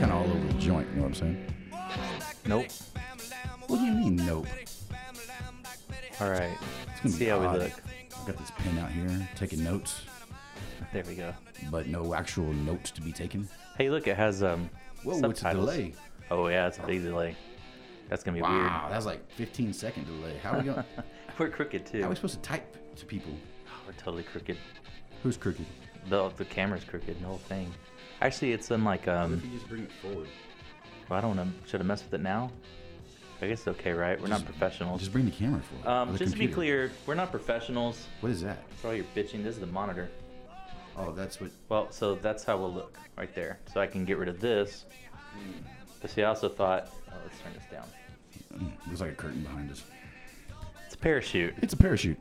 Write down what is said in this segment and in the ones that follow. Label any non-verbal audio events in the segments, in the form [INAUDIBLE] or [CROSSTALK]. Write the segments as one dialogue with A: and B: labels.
A: Kind of all over the joint, you know what I'm saying?
B: Nope.
A: What do you mean, nope?
B: All right.
A: gonna
B: See
A: be
B: how we
A: odd.
B: look.
A: I've got this pen out here, taking notes,
B: There we go.
A: but no actual notes to be taken.
B: Hey, look, it has um.
A: Whoa, it's a
B: subtitles.
A: delay.
B: Oh yeah, it's a big delay. That's gonna be
A: Wow, that's like 15 second delay. How are we
B: [LAUGHS]
A: going?
B: weird. We're crooked too.
A: How are we supposed to type to people?
B: We're totally crooked.
A: Who's crooked?
B: The the camera's crooked. The whole thing. Actually, it's in like um.
A: you just bring it forward?
B: Well, I don't know. Should I mess with it now? I guess it's okay, right? We're not
A: Just-
B: professionals.
A: Just bring the camera forward. or
B: um,
A: the
B: just to be
A: computer.
B: clear, we're not professionals.
A: What is that?
B: For all your bitching, this is the monitor.
A: Oh, that's what.
B: Well, so that's how we'll look right there. So I can get rid of this.
A: Hmm.
B: But see, I also thought, oh, let's turn this down.
A: Mm, There's like a curtain behind us.
B: It's a parachute
A: It's a parachute.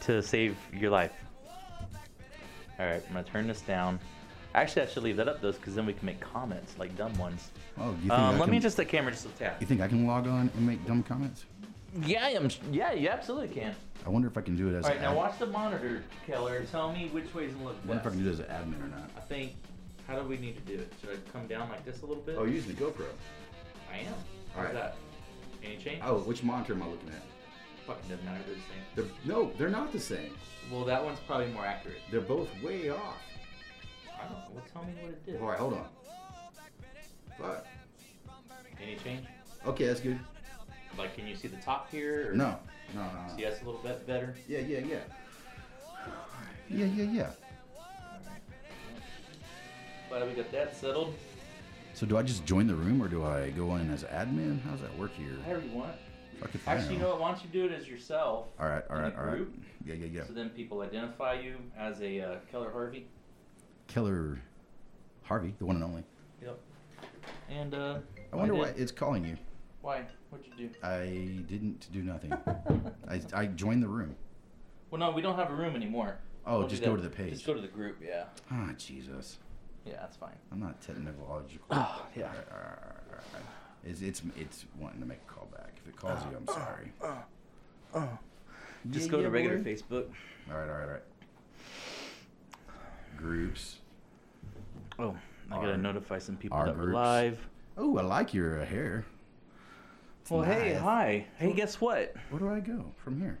B: to save your life. All right, I'm gonna turn this down. Actually, I should leave that up though, because then we can make comments like dumb ones.
A: Oh, you think I
B: Um, let me
A: can-
B: just the camera just a tap.
A: You think I can log on and make dumb comments?
B: Yeah, I'm. Yeah, you absolutely can.
A: I wonder if I can do it as.
B: All right,
A: an
B: now
A: ad-
B: watch the monitor, Keller. and Tell me which way's gonna look
A: I wonder if I
B: best.
A: can do it as an admin or not.
B: I think. How do we need to do it? Should I come down like this a little bit?
A: Oh, use the GoPro.
B: I am.
A: All
B: How's
A: right.
B: that? Any change?
A: Oh, which monitor am I looking at?
B: Fucking doesn't matter. They're the same.
A: They're, no, they're not the same.
B: Well, that one's probably more accurate.
A: They're both way off. Oh,
B: I don't know. Well, tell me what it did.
A: All right, hold on. Fuck.
B: Any change?
A: Okay, that's good.
B: Like, can you see the top here? Or
A: No, no, no. no.
B: See us a little bit better.
A: Yeah, yeah, yeah. Yeah, yeah, yeah.
B: Glad we got that settled.
A: So do I just join the room or do I go in as admin? How does that work here?
B: However you want.
A: Fuck if I
B: Actually, you know what? Why don't you do it as yourself?
A: All right, all
B: in a
A: right, all right.
B: group,
A: Yeah, yeah, yeah.
B: So then people identify you as a uh, Keller Harvey.
A: Keller Harvey, the one and only.
B: Yep. And uh,
A: I wonder why
B: did-
A: it's calling you.
B: Why? What'd you do?
A: I didn't do
B: [LAUGHS]
A: nothing. I, I joined the room.
B: Well, no, we don't have a room anymore.
A: Oh,
B: We'll do
A: just go
B: that.
A: to the page.
B: Just go to the group. Yeah.
A: Ah, Jesus.
B: Yeah, that's fine.
A: I'm not technological.
B: Oh, yeah.
A: All right, all right, all right, all right. It's, it's, it's wanting to make a call back. If it calls you, I'm sorry.
B: Just
A: Yeah,
B: go
A: ah, yeah,
B: to regular
A: boy.
B: Facebook.
A: All right, all right, all right. Groups.
B: Oh, I
A: Our-
B: gotta notify some people
A: our
B: that we're
A: groups.
B: live.
A: Oh, I like your uh, hair. It's
B: Well, hey,
A: nice.
B: hi. Hey, guess what?
A: Where do I go from here?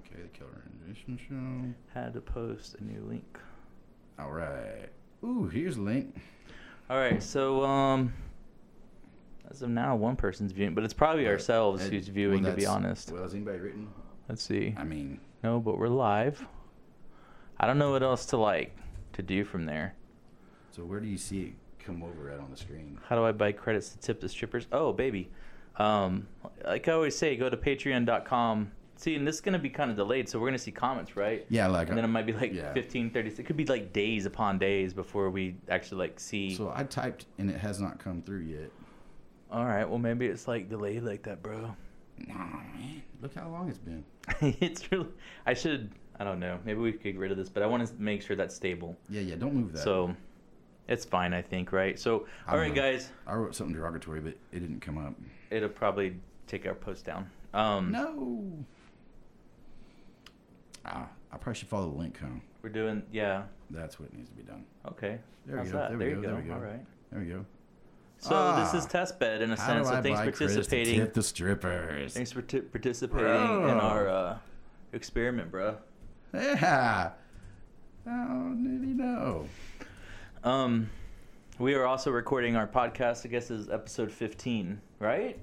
A: Okay, the Killer Rendition Show.
B: Had to post a new link.
A: All right. Ooh, here's a link.
B: All right, so um, as of now, one person's viewing, but it's probably ourselves
A: Uh,
B: who's
A: well,
B: viewing. to be
A: that's-
B: honest,
A: Well, has anybody written?
B: let's see.
A: I mean,
B: No, but we're live. I don't know what else to like to do from there.
A: so where do you see it come over at on the screen?
B: How do I buy credits to tip the strippers? Oh, baby. Um, like I always say, go to patreon.com. See, and this is going to be kind of delayed, so we're going to see comments, right?
A: Yeah, like.
B: And then it might be like
A: yeah.
B: fifteen, thirty. 15, 30. It could be like days upon days before we actually like see.
A: So I typed and it has not come through yet.
B: All right, well, maybe it's like delayed like that, bro. [LAUGHS]
A: Nah, man. Look how long it's been.
B: it's really. I should. I don't know. Maybe we could get rid of this, but I want to make sure that's stable.
A: Yeah, yeah. Don't move that.
B: So it's fine, I think, right? So,
A: I
B: all
A: don't
B: right,
A: know.
B: guys.
A: I wrote something derogatory, but it didn't come up.
B: It'll probably take our post down. Um,
A: No. Ah, I probably should follow the link home.
B: We're doing, yeah.
A: That's what needs to be done.
B: Okay.
A: There we
B: How's
A: go,
B: that?
A: there
B: There,
A: we go,
B: you go.
A: there we go.
B: All right.
A: There we go.
B: So this is
A: Ah.
B: test bed in a
A: How
B: sense.
A: do
B: So
A: I
B: thanks
A: buy
B: for
A: Chris to
B: participating.
A: tip the strippers.
B: Thanks for t- participating in
A: Bruh.
B: our uh, experiment, bro.
A: Yeah. Oh, nearly no.
B: Um, we are also recording our podcast. I guess is episode fifteen, right?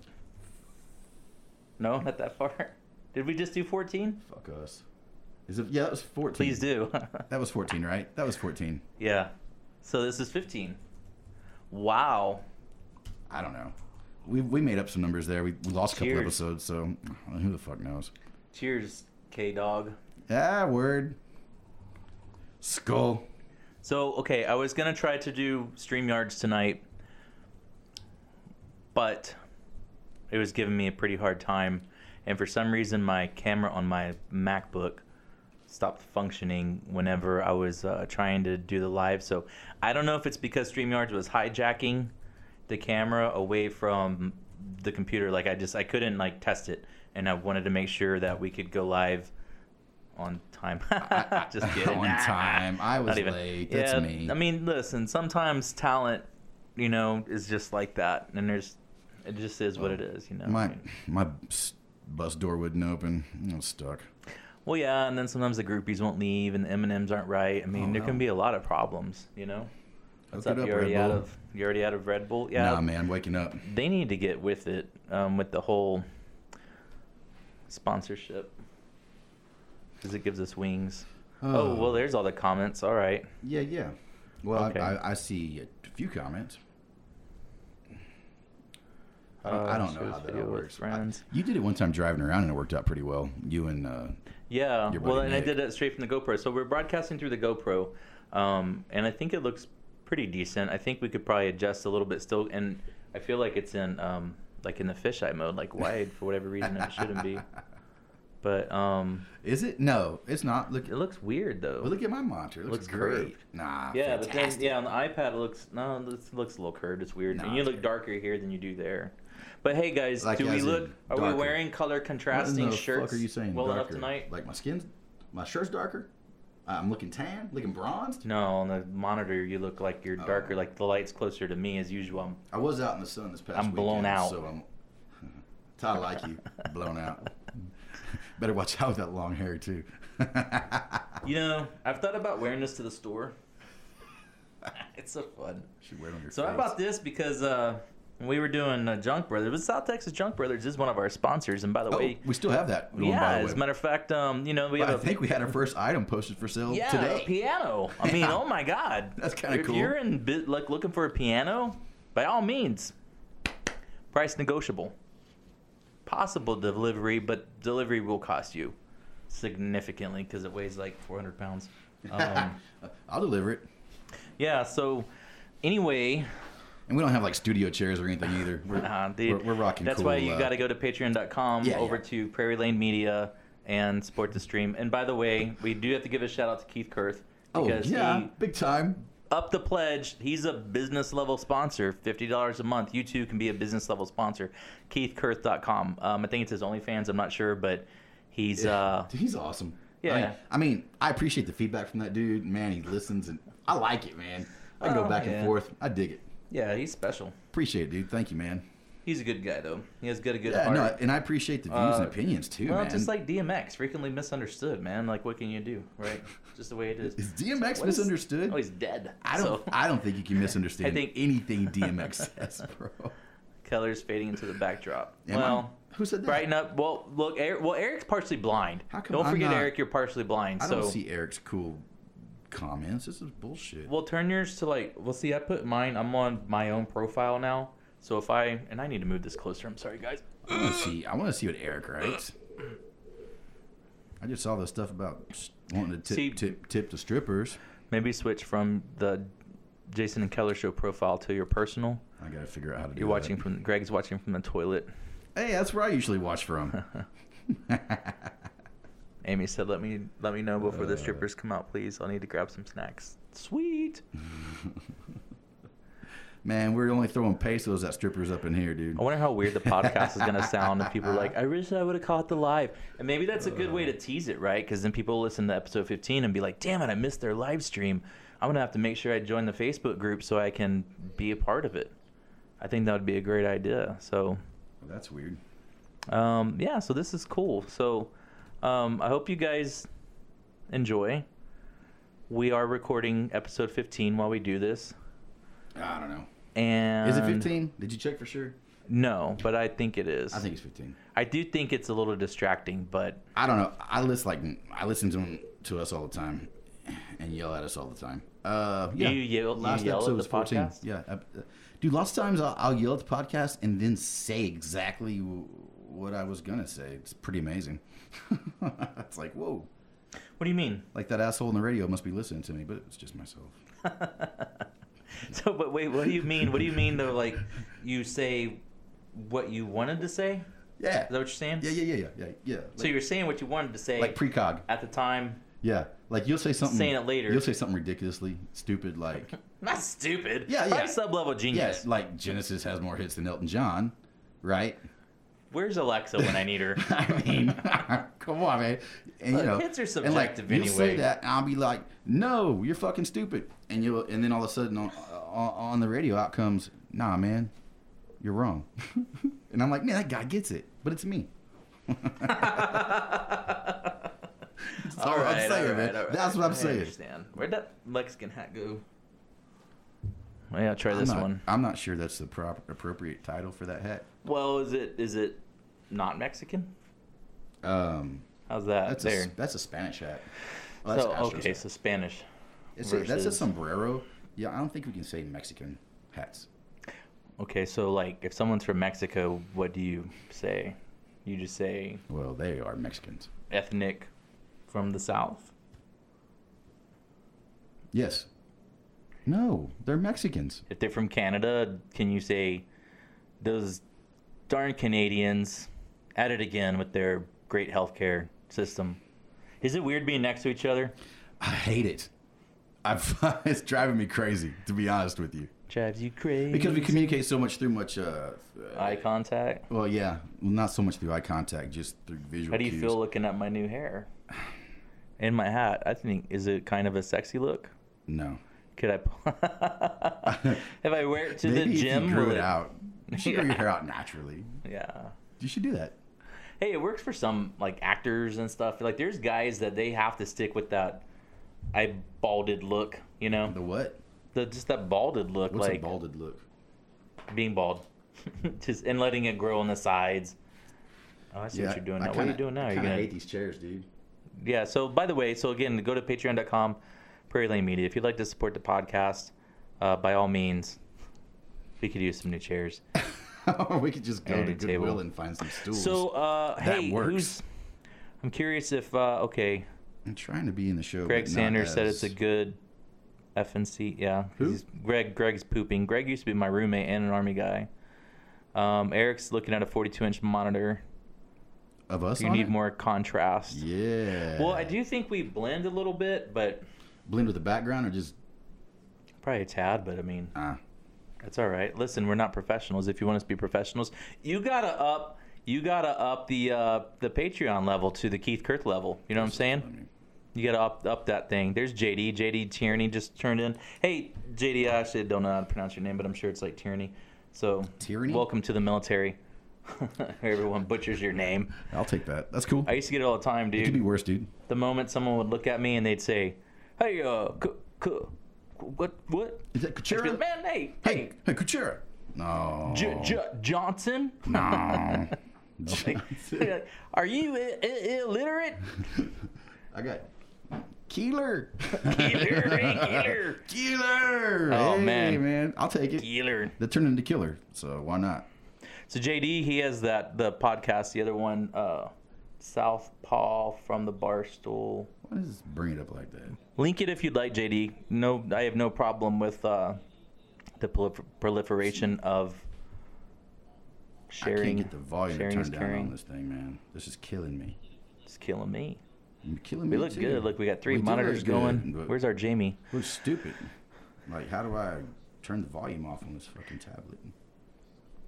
B: No, not that far. [LAUGHS] Did we just do fourteen?
A: Fuck us. Is it? Yeah, that was fourteen.
B: Please do. [LAUGHS]
A: That was fourteen, right? That was fourteen.
B: yeah. So this is fifteen. Wow.
A: I don't know. We we made up some numbers there. We, we lost a couple
B: Cheers.
A: episodes, so who the fuck knows?
B: Cheers, K Dog.
A: Ah, word. Skull.
B: So okay, I was gonna try to do stream yards tonight, but it was giving me a pretty hard time, and for some reason my camera on my MacBook stopped functioning whenever I was uh, trying to do the live. So I don't know if it's because Streamyards was hijacking the camera away from the computer. Like I just I couldn't like test it, and I wanted to make sure that we could go live on time. [LAUGHS]
A: [LAUGHS]
B: just kidding.
A: on
B: Ah.
A: time. I was
B: [LAUGHS] Not even.
A: late. That's
B: yeah,
A: me.
B: I mean, listen. Sometimes talent, you know, is just like that, and there's, it just is what it is, you know. I
A: Oh, my
B: mean,
A: my s- bus door wouldn't open. I was stuck.
B: well, yeah, and then sometimes the groupies won't leave, and the M and M's aren't right. I mean,
A: Oh,
B: there
A: no.
B: can be a lot of problems, you know. What's
A: Hook
B: up?
A: it
B: You
A: Red
B: already out
A: Bull.
B: of you already out of Red Bull. Yeah,
A: Nah, man, I'm waking up.
B: they need to get with it um, with the whole sponsorship because it gives us wings. oh
A: Oh.
B: well, there's all the comments. All right.
A: Yeah, yeah. Well,
B: Okay.
A: I, I, I see a few comments. I don't,
B: Uh,
A: I don't know
B: shares
A: how that
B: video
A: all
B: with
A: works. I-
B: friends.
A: you did it one time driving around, and it worked out pretty well. You and uh,
B: Yeah.
A: Your
B: Well,
A: buddy
B: and I
A: Nick.
B: did that straight from the GoPro. So we're broadcasting through the GoPro, um, and I think it looks pretty decent. I think we could probably adjust a little bit still, and I feel like it's in um, like in the fisheye mode, like wide for whatever reason it
A: [LAUGHS]
B: shouldn't be. But um,
A: Is it? No, it's not. Look,
B: it looks weird though.
A: well, look at my monitor. It looks,
B: Looks
A: great.
B: curved.
A: Nah.
B: yeah, but then
A: fantastic.
B: yeah, on the iPad it looks no, it looks a little curved. It's weird,
A: Nah,
B: and you
A: it's
B: look
A: good.
B: darker here than you do there. But hey, guys,
A: Like,
B: do we
A: as in
B: look? Are
A: darker.
B: we wearing color contrasting
A: what in the
B: shirts?
A: Fuck are you saying?
B: well enough
A: darker?
B: tonight?
A: Like my skin's, my shirt's darker. Uh, I'm looking tan, looking bronzed.
B: No, on the monitor you look like you're
A: Oh.
B: darker. Like the light's closer to me as usual. I'm
A: I was out in the sun this past
B: I'm blown
A: weekend,
B: out.
A: So I'm. [LAUGHS] Ty like
B: [LAUGHS]
A: you, blown out. Better watch out with that long hair too. [LAUGHS]
B: You know, I've thought about wearing this to the store. [LAUGHS] it's so fun.
A: Should wear it on your
B: So
A: face.
B: I bought this because uh, we were doing uh, Junk Brothers. It was South Texas Junk Brothers is one of our sponsors, and by the
A: Oh,
B: way,
A: we still have that. one,
B: yeah.
A: by the
B: As
A: way.
B: a matter of fact, um, you know, we have
A: I
B: a
A: think we had our first item posted for sale
B: yeah
A: today.
B: a piano. I mean,
A: Yeah.
B: oh my god,
A: [LAUGHS] That's kinda
B: If
A: cool.
B: you're in bit, like looking for a piano, by all means, price negotiable. Possible delivery, but delivery will cost you significantly because it weighs like 400
A: [LAUGHS]
B: pounds. Um,
A: I'll deliver it.
B: Yeah. So, anyway,
A: And we don't have like studio chairs or anything either. We're,
B: uh, dude,
A: we're, we're rocking.
B: That's
A: cool,
B: why you
A: uh,
B: got to go to Patreon.com
A: Yeah,
B: over
A: yeah.
B: to Prairie Lane Media and support the stream. And by the way, we do have to give a shout out to Keith Kurth
A: Oh
B: because
A: yeah,
B: he
A: big time.
B: up the pledge. He's a business level sponsor, fifty dollars a month. You too can be a business level sponsor. KeithKurth.com. Um, I think it's his OnlyFans. I'm not sure, but he's uh,
A: Dude, he's awesome.
B: Yeah.
A: I mean, I mean, I appreciate the feedback from that dude. Man, he listens, and I like it, man. I can
B: Oh,
A: go back
B: yeah.
A: and forth. I dig it.
B: yeah, he's special.
A: Appreciate it, dude. Thank you, man.
B: He's a good guy though. He has got a good
A: Yeah,
B: heart.
A: no, and I appreciate the views
B: Uh,
A: and opinions too,
B: well,
A: man.
B: just like DMX, frequently misunderstood, man. Like, what can you do, right? Just the way it is.
A: is DMX
B: What is-
A: misunderstood?
B: Oh, he's dead.
A: I don't.
B: So,
A: [LAUGHS] I don't think you can misunderstand
B: [LAUGHS] I think- [LAUGHS]
A: anything DMX says, bro.
B: colors fading into the backdrop.
A: Am I?
B: well,
A: who said that?
B: brighten up. Well, look, Eric, well, Eric's partially blind.
A: How come
B: don't
A: I'm
B: forget,
A: not-
B: Eric, you're partially blind.
A: I
B: so
A: don't see Eric's cool comments. This is bullshit.
B: Well, turn yours to like. Well, see, I put mine. I'm on my own profile now. So if I and I need to move this closer. I'm sorry, guys.
A: I want to see. I want to see what Eric writes. I just saw this stuff about s- wanting to tip
B: See-
A: tip, tip the strippers.
B: Maybe switch from the Jason and Keller show profile to your personal.
A: I gotta figure out how to do.
B: You're
A: that.
B: watching from Greg's watching from the toilet. [LAUGHS]
A: Hey, that's where I usually watch from. [LAUGHS]
B: Amy said, "Let me let me know before the
A: Uh.
B: strippers come out, please. I'll need to grab some snacks." Sweet.
A: Man, we're only throwing pesos at strippers up in here, dude.
B: I wonder how weird the podcast is gonna sound if
A: [LAUGHS]
B: people are like, "I wish I would have caught the live." And maybe that's a good way to tease it, right? Because then people listen to episode 15 and be like, "Damn it, I missed their live stream. I'm gonna have to make sure I join the Facebook group so I can be a part of it." I think that would be a great idea. So,
A: That's weird.
B: um, yeah, so this is cool. So, um, I hope you guys enjoy. We are recording episode 15 while we do this,
A: I don't know.
B: and
A: Is it 15? Did you check for sure?
B: No, but I think it is.
A: I think it's 15.
B: I do think it's a little distracting, but
A: I don't know. I listen like I listen to 'em- to us all the time, and yell at us all the time. Uh, yeah.
B: You yell- you yell at the podcast?
A: Yeah, uh, uh, dude. Lots of times I'll, I'll yell at the podcast and then say exactly w- what I was gonna say. It's pretty amazing. [LAUGHS] it's like whoa,
B: What do you mean?
A: like that asshole on the radio must be listening to me, but it's just myself.
B: [LAUGHS] so, but wait, what do you mean? What do you mean though? Like, you say what you wanted to say?
A: Yeah.
B: Is that what you're saying?
A: Yeah, yeah, yeah, yeah, yeah, yeah.
B: So you're saying what you wanted to say
A: like, like precog.
B: at the time.
A: Yeah, like you'll say something.
B: Saying it later.
A: You'll say something ridicuusly stupid, like
B: Not stupid.
A: Yeah, yeah.
B: Sub level genius.
A: yes, like Genesis has more hits than Elton John, right?
B: Where's Alexa when I need her?
A: [LAUGHS] I
B: [LAUGHS]
A: mean, come on, man. And
B: Look,
A: you know,
B: hits are
A: and like
B: subjective
A: you'll say
B: anyway.
A: that, and I'll be like, "No, you're fucking stupid," and you will and then all of a sudden on, on, on the radio out comes, "Nah, man, you're wrong," [LAUGHS] and I'm like, "Man, that guy gets it," but it's
B: [LAUGHS]
A: me. That's all, I'm
B: right,
A: saying,
B: all
A: man.
B: right, all right.
A: That's what I'm
B: I
A: saying.
B: Understand? Where'd that Mexican hat go? Well, yeah, try
A: I'm
B: this
A: not,
B: one.
A: I'm not sure that's the proper appropriate title for that hat.
B: Well, is it is it not Mexican?
A: Um,
B: How's that?
A: that's
B: there.
A: a that's a Spanish hat. Oh, that's
B: so
A: Astros
B: okay,
A: hat.
B: so Spanish.
A: It's a, that's a
B: versus-
A: sombrero. Yeah, I don't think we can say Mexican hats.
B: Okay, so like if someone's from Mexico, what do you say? You just say
A: Well, they are Mexicans.
B: ethnic from the south.
A: Yes. No, they're Mexicans.
B: If they're from Canada, can you say those darn Canadians at it again with their great healthcare system? Is it weird being next to each other?
A: I hate it. I [LAUGHS] it's driving me crazy, to be honest with you,
B: Drives you crazy.
A: because we communicate so much through much. Uh,
B: eye contact.
A: well, yeah, well, not so much through eye contact, just through visual.
B: How do you
A: cues.
B: feel looking at my new hair and my hat? I think is it kind of a sexy look.
A: No.
B: Could I? [LAUGHS] if I wear it to
A: Maybe
B: the gym,
A: if you grew
B: will
A: it
B: [LAUGHS]
A: out. You should grow your
B: Yeah.
A: hair out naturally.
B: Yeah.
A: You should do that.
B: Hey, it works for some like actors and stuff. Like there's guys that they have to stick with that I balded look. You know,
A: The what?
B: the, just that balded look,
A: What's a
B: like
A: balded look?
B: being bald, [LAUGHS] just and letting it grow on the sides. Oh, I see what you're doing now. what are you doing now?
A: I
B: You're
A: kinda
B: gonna
A: hate these chairs, dude.
B: yeah so by the way so again go to patreon.com prairie lane media if you'd like to support the podcast uh, by all means we could use some new chairs
A: or [LAUGHS] we could just go
B: And
A: to
B: a table.
A: Goodwill and find some stools.
B: so uh
A: That
B: hey
A: works.
B: who's i'm curious if uh okay
A: I'm trying to be in the show.
B: greg
A: but not
B: sanders said
A: as-
B: it's a good fnc yeah 'cause
A: Who?
B: he's- greg greg's pooping greg used to be my roommate and an army guy um eric's looking at a 42 inch monitor
A: of us.
B: you
A: on
B: need
A: it?
B: more contrast
A: Yeah.
B: well i do think we blend a little bit but
A: blend with the background or just
B: probably a tad but i mean
A: ah.
B: That's all right. Listen, we're not professionals. If you want us to be professionals, you gotta up. You gotta up the uh, the Patreon level to the Keith Kirk level. You know what I'm
A: I
B: saying?
A: mean,
B: You gotta up up that thing. There's JD. JD Tierney just turned in. Hey, JD. I actually don't know how to pronounce your name, but I'm sure it's like Tierney. So
A: Tierney?
B: Welcome to the military. [LAUGHS] Everyone butchers your name.
A: I'll take that. That's cool.
B: I used to get it all the time,
A: it
B: dude
A: could be worse, dude.
B: the moment someone would look at me and they'd say, "Hey, uh, c- c- what, what?"
A: Is that
B: I'd be
A: Kuchera?
B: like, Man, hey,
A: Hey,
B: hey,
A: hey, Kuchera. No.
B: J- J- Johnson.
A: Oh.
B: [LAUGHS]
A: no.
B: Like, like, are you I- I- illiterate?
A: [LAUGHS] I got Keeler.
B: Keeler,
A: [LAUGHS]
B: hey, Keeler.
A: Keeler.
B: Oh,
A: Hey,
B: man.
A: man. I'll take it.
B: Keeler.
A: They turned into killer, so why not?
B: So JD, he has that the podcast. The other one, uh, Southpaw from the Barstool.
A: Why does this bring it up like that?
B: Link it if you'd like, JD. No, I have no problem with uh, the prolif- proliferation of sharing.
A: I can't get the volume
B: sharing is
A: turned down
B: caring.
A: on this thing, man. This is killing me.
B: It's killing me.
A: You're killing
B: We
A: me.
B: look
A: too.
B: good. Look, we got three
A: We do look
B: monitors
A: good,
B: going.
A: but-
B: Where's our Jamie?
A: Looks stupid. Like, how do I turn the volume off on this fucking tablet?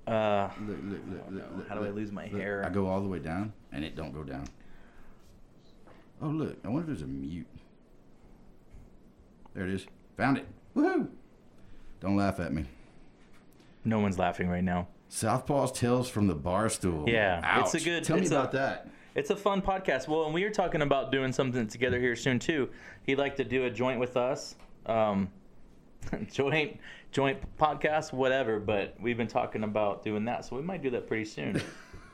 B: Uh,
A: Look, look, look, look, look,
B: How do I lose my
A: look.
B: hair?
A: I go all the way down, and it don't go down. Oh look! I wonder if there's a mute. There it is. Found it. Woohoo! Don't laugh at me.
B: no one's laughing right now.
A: Southpaw's tales from the bar stool.
B: Yeah, it's a
A: Ouch.
B: good-
A: Tell me
B: it's a-
A: about that. [LAUGHS]
B: It's a fun podcast. Well, and we were talking about doing something together here soon too. He'd like to do a joint with us, um, [LAUGHS] joint joint podcast, whatever. But we've been talking about doing that, so we might do that pretty soon.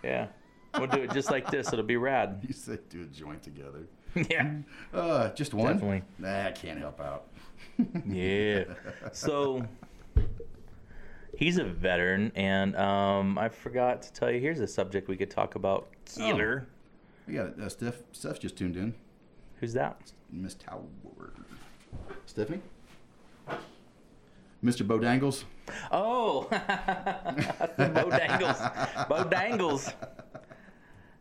B: yeah, we'll do it just like this. It'll be rad. [LAUGHS]
A: You said do a joint together.
B: yeah.
A: Uh, just one.
B: Definitely.
A: Nah, I can't help out.
B: [LAUGHS] Yeah. So he's a veteran, and um, I forgot to tell you. Here's a subject we could talk about. Oh. Keeler.
A: [LAUGHS] We got it. Uh, Steph. Steph just tuned in.
B: Who's that?
A: Miss Tower. Stephanie. Mr.
B: [LAUGHS]
A: Bodangles.
B: Oh, [LAUGHS] Bo Dangles. Bo Dangles.